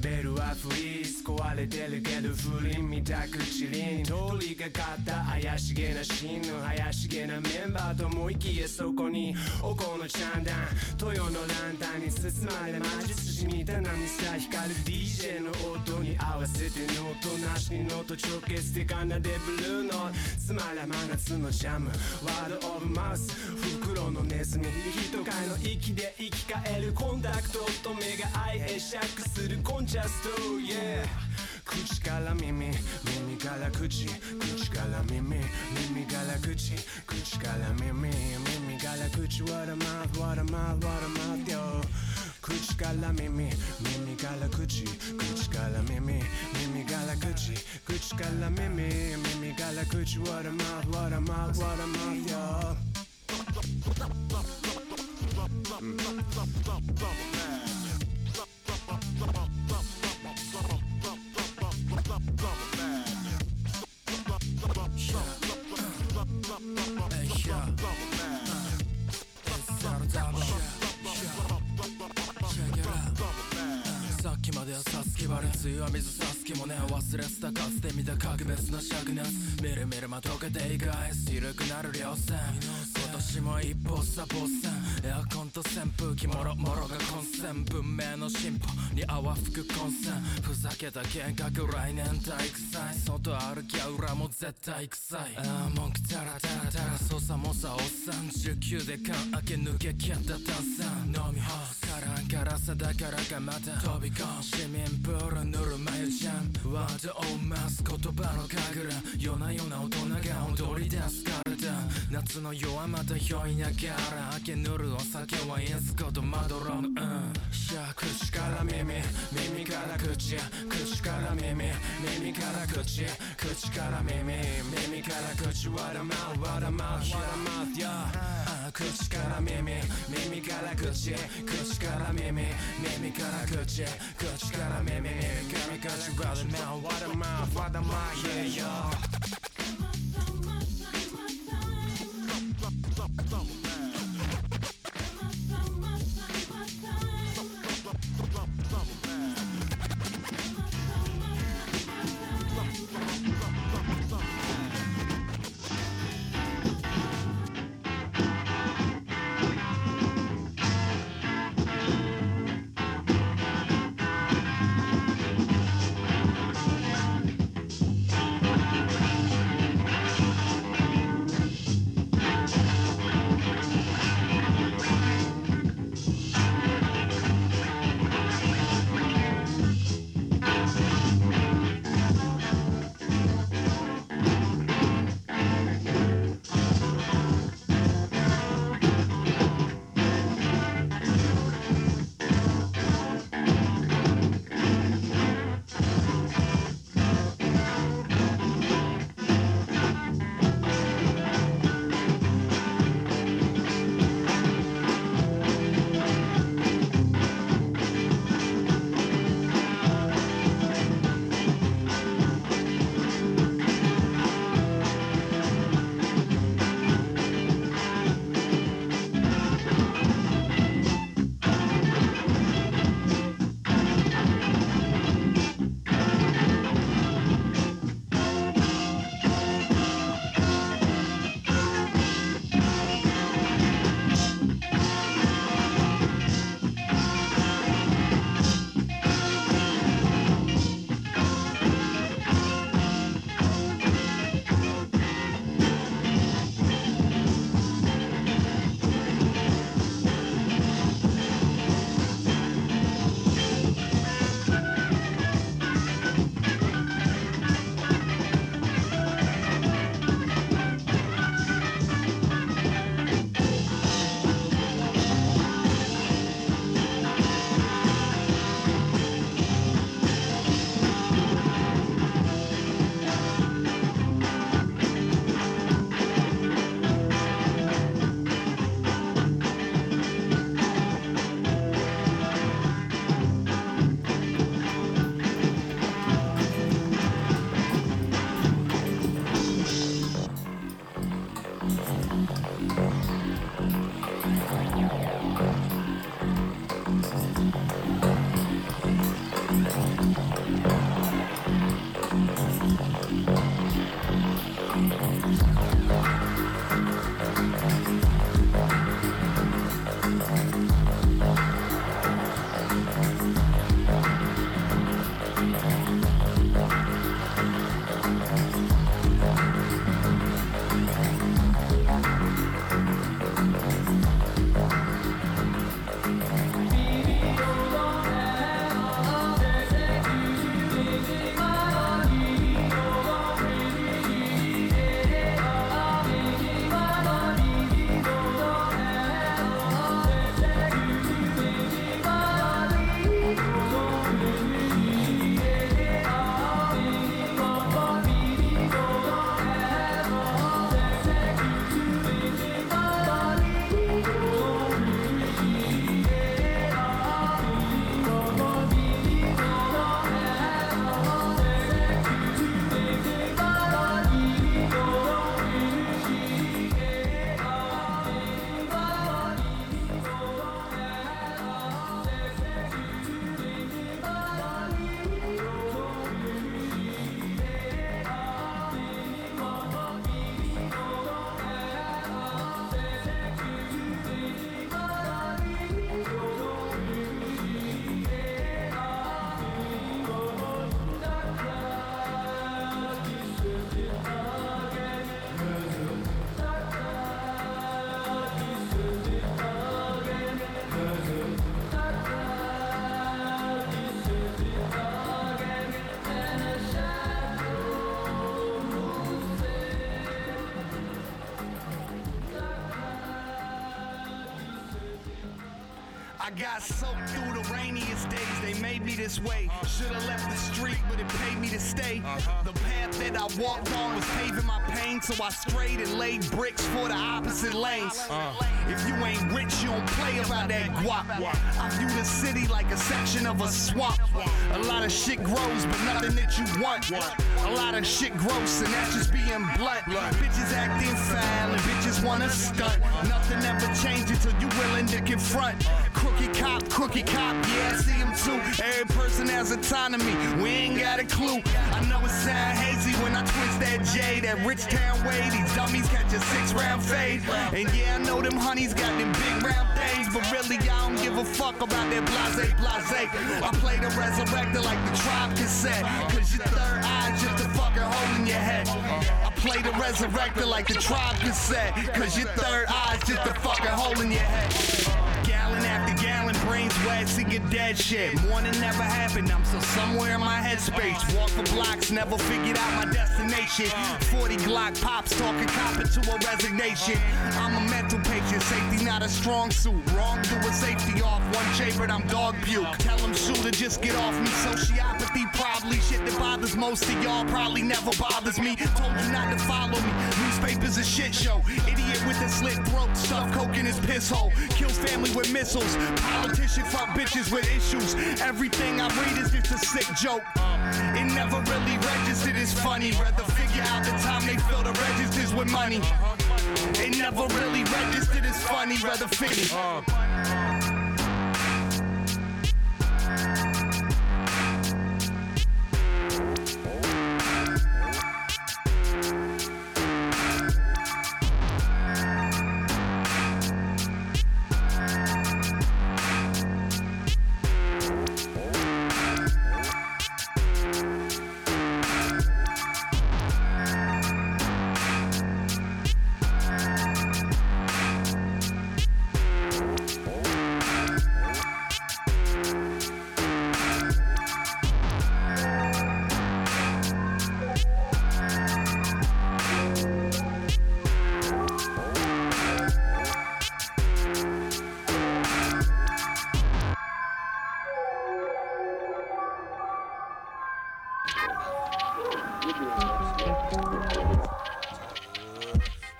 S3: ベルはフリース壊れてるけど不倫見た口輪通りがかった怪しげなシーンの怪しげなメンバーと思いきやそこにおこのチャンダン豊のランタンに包まれ魔術師みたいなにさ光る DJ の音に合わせてノートなしにノート直結で奏でブルーノーつまら真夏のジャムワードオブマウス袋のネズミ人かの息で生き返るコンタクトと目が合い会釈するコンチャスト Yeah 口から耳耳から口口から耳耳から口口から耳耳から口 What a mouth what a mouth what a mouth yo 口から耳耳から口口から耳耳から口口から耳耳から口 What a mouth what a mouth what a mouth yo
S12: さっきまではサスケバレ梅雨は水サスケもね忘れてたかつて見た格別な灼熱みるみるまとけていくアイス緩くなる稜線今年も一歩サボ線エアコンと扇風機もろもろが混戦文明の進歩に泡吹く混戦ふざけた計画来年体育祭外歩きゃ裏も絶対臭いああ文句たらたらたら操作もさおっさん19で缶開け抜けきゃった炭酸飲み干すからんからさだからかまた飛び込む市民プールぬるま湯ちゃんワードを回す言葉の神楽夜な夜な大人が踊り出すカルタ夏の夜はまた酔いながら明けぬるお酒はいつことまどろむうんいや口から耳耳から口口から耳耳から口口から耳耳から口 What a mouth what a mouth what a mouth yeah 口から耳耳から口口から耳耳から口口から耳耳から口 What a mouth what a mouth what a mouth yeah yeah
S10: 「 I got soaked through the rainiest days. They made me this way. Should've left the street, but it paid me to stay. The path that I walked on was paving my pain, so I strayed and laid bricks for the opposite lanes. If you ain't rich, you don't play about that guap. I view the city like a section of a swamp. A lot of shit grows, but nothing that you want. A lot of shit grows, and that's just being blunt. Uh-huh. Bitches acting foul, and bitches wanna stunt. Nothing ever changes till you willing to confront. Crookie cop, crookie cop, yeah, I see him too. Every person has autonomy, we ain't got a clue. I know it sound hazy when I twist that J, that rich town way. These dummies catch a six round fade. And yeah, I know them honeys got them big round things, but really I don't give a fuck about that blase blase. I play the resurrector like the tribe cassette, cause your third eye just a fucking hole in your head. I play the resurrector like the tribe cassette, cause your third eye's just a fucking hole in your head. Gallon after gallon, brains waxing your dead shit. Morning never happened, I'm still somewhere in my headspace. Walk for blocks, never figured out my destination. 40 Glock pops, talking copper to a resignation. I'm a mental patient, safety not a strong suit. Wrong do a safety off, one chambered, I'm dog puke. Tell him shooter, just get off me. Sociopathy probably shit that bothers most of y'all, probably never bothers me. Told you not to follow me, newspapers a shit show. Idiot with a slit throat, stuff coke in his piss hole. Kills family with missiles. Politician fuck bitches with issues. Everything I read is just a sick joke. It never really registered as funny. Rather figure out the time they fill the registers with money. It never really registered as funny. Rather figure.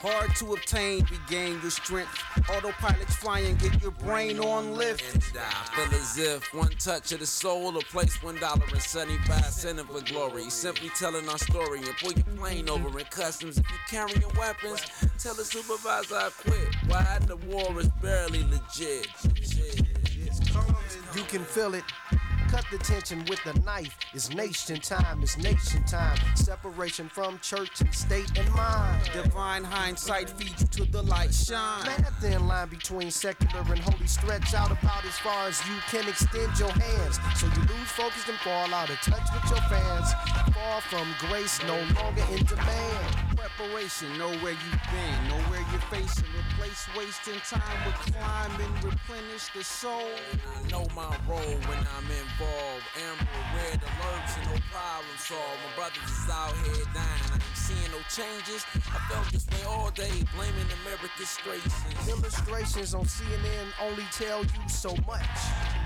S9: Hard to obtain, regain your strength. Autopilot's flying, get your brain on lift.
S8: and die. Feel as if one touch of the soul, a place one dollar and seventy-five cent for glory. Simply telling our story and pull your plane over in customs. If you carrying weapons, tell the supervisor I quit. Why the war is barely legit.
S13: You can feel it. Cut the tension with a knife. It's nation time, it's nation time. Separation from church and state and mind.
S9: Divine hindsight feeds you to the light shine.
S13: Man, that thin line between secular and holy stretch out about as far as you can extend your hands. So you lose focus and fall out of touch with your fans. Far from grace, no longer in demand.
S9: Preparation, know where you've been, know where you're facing. Replace wasting time with climbing, replenish the soul.
S8: I know my role when I'm involved. Amber red alerts and no problem solved. My brothers is out here dying. I ain't seeing no changes. I felt this way all day, blaming American straight.
S13: Illustrations on CNN only tell you so much.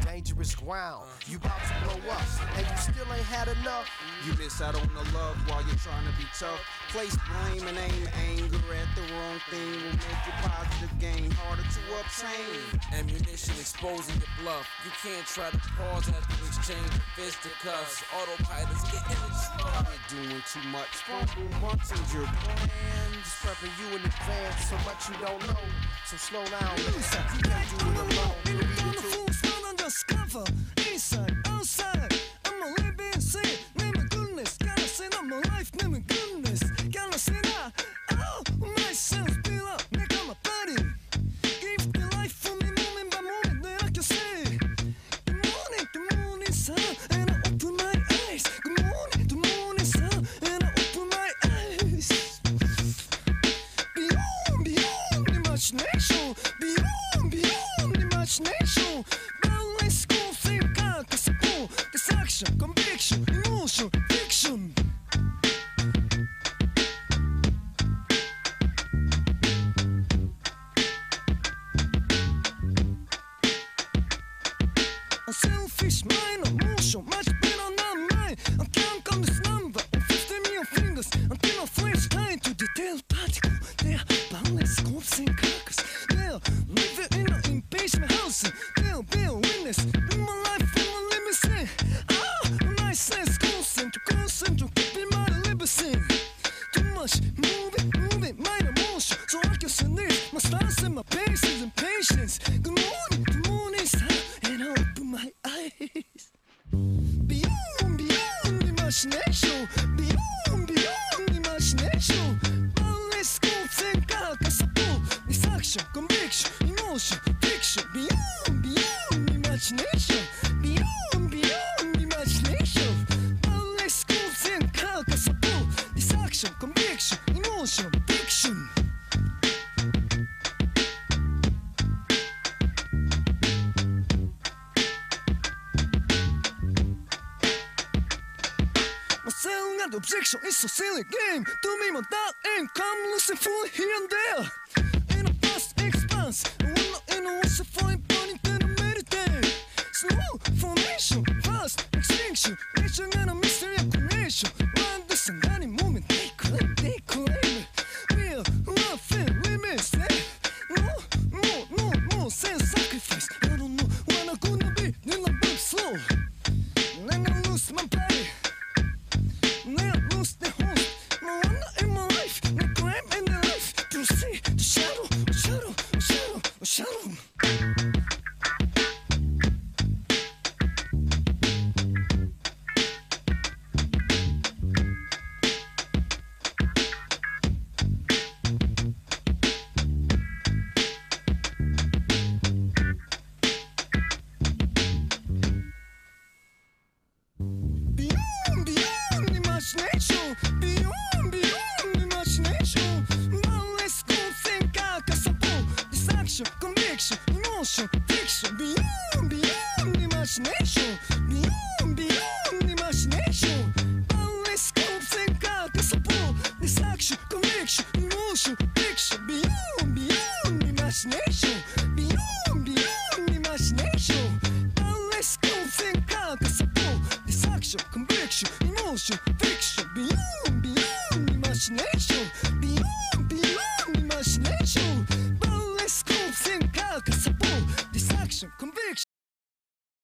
S13: Dangerous ground, you bout to blow up, and you still ain't had enough.
S9: You miss out on the love while you're trying to be tough. Place blame and aim anger at the wrong thing will make your positive gain harder to obtain.
S8: Ammunition exposing your bluff. You can't try to pause after exchange of fisticuffs. Autopilots getting destroyed.
S9: Doing too much, fumble months in your plans.
S13: Prepping you in advance so much you don't know. So slow down, listen. You can't do it alone. It'll be the truth.
S14: Discover inside, outside. I'm a living saint. Name goodness, gotta say that my life. Name goodness, gotta say that. Oh, myself, be up, make up my body. Give the life for me moment by moment that I can say. Good morning, good morning, sun, and I open my eyes. Good morning, good morning, sun, and I open my eyes. Beyond, beyond imagination, beyond, beyond imagination. Boundless goal, think out, disappoint, distraction, conviction, emotion, fiction.
S8: Thank
S14: selfish mind, emotion, much better than mine. I can't count this number of 50 million fingers until I flash time to detail particle. They are boundless scopes and crackers. They are living in an impatient house. They'll be a witness in my life, in my limousine. Ah, nice sense, consent, consent, keeping my liberty. Too much moving, moving my emotion. So I can send this, my stance and my patience and patience. Good morning, good morning, sun. And I open my eyes. Beyond, beyond imagination. Beyond, beyond imagination. Boundless thoughts and carcass support. Distraction, conviction, emotion, fiction. Beyond, beyond imagination. Beyond, beyond imagination. Boundless thoughts and carcass support. Distraction, conviction, emotion, fiction. My sound and objection is a silly game. To me, my that ain't come listen for here and there. In a past expanse, I wonder in a what's a fine point then I meditate. Slow formation, fast extinction, nature and a mystery of creation. Mind this and any moment they claim, they claim. Real, nothing, we miss it. No, no, no, no, say sacrifice. I don't know when I'm gonna be in the book slow. Then I lose my body. Now I lost the hope. No wonder in my life. Now climb in the life. To see the shadow, shadow, shadow, shadow. Beyond, beyond imagination. Beyond, beyond imagination. Boundless goals and carcass support. Distraction, conviction, emotion, fiction. Beyond, beyond imagination. Beyond, beyond imagination. Boundless goals and carcass support. Distraction, conviction, emotion, fiction. Beyond, beyond imagination. Beyond, beyond imagination. Boundless goals and carcass support. Distraction, conviction, emotion, fiction, beyond, beyond imagination.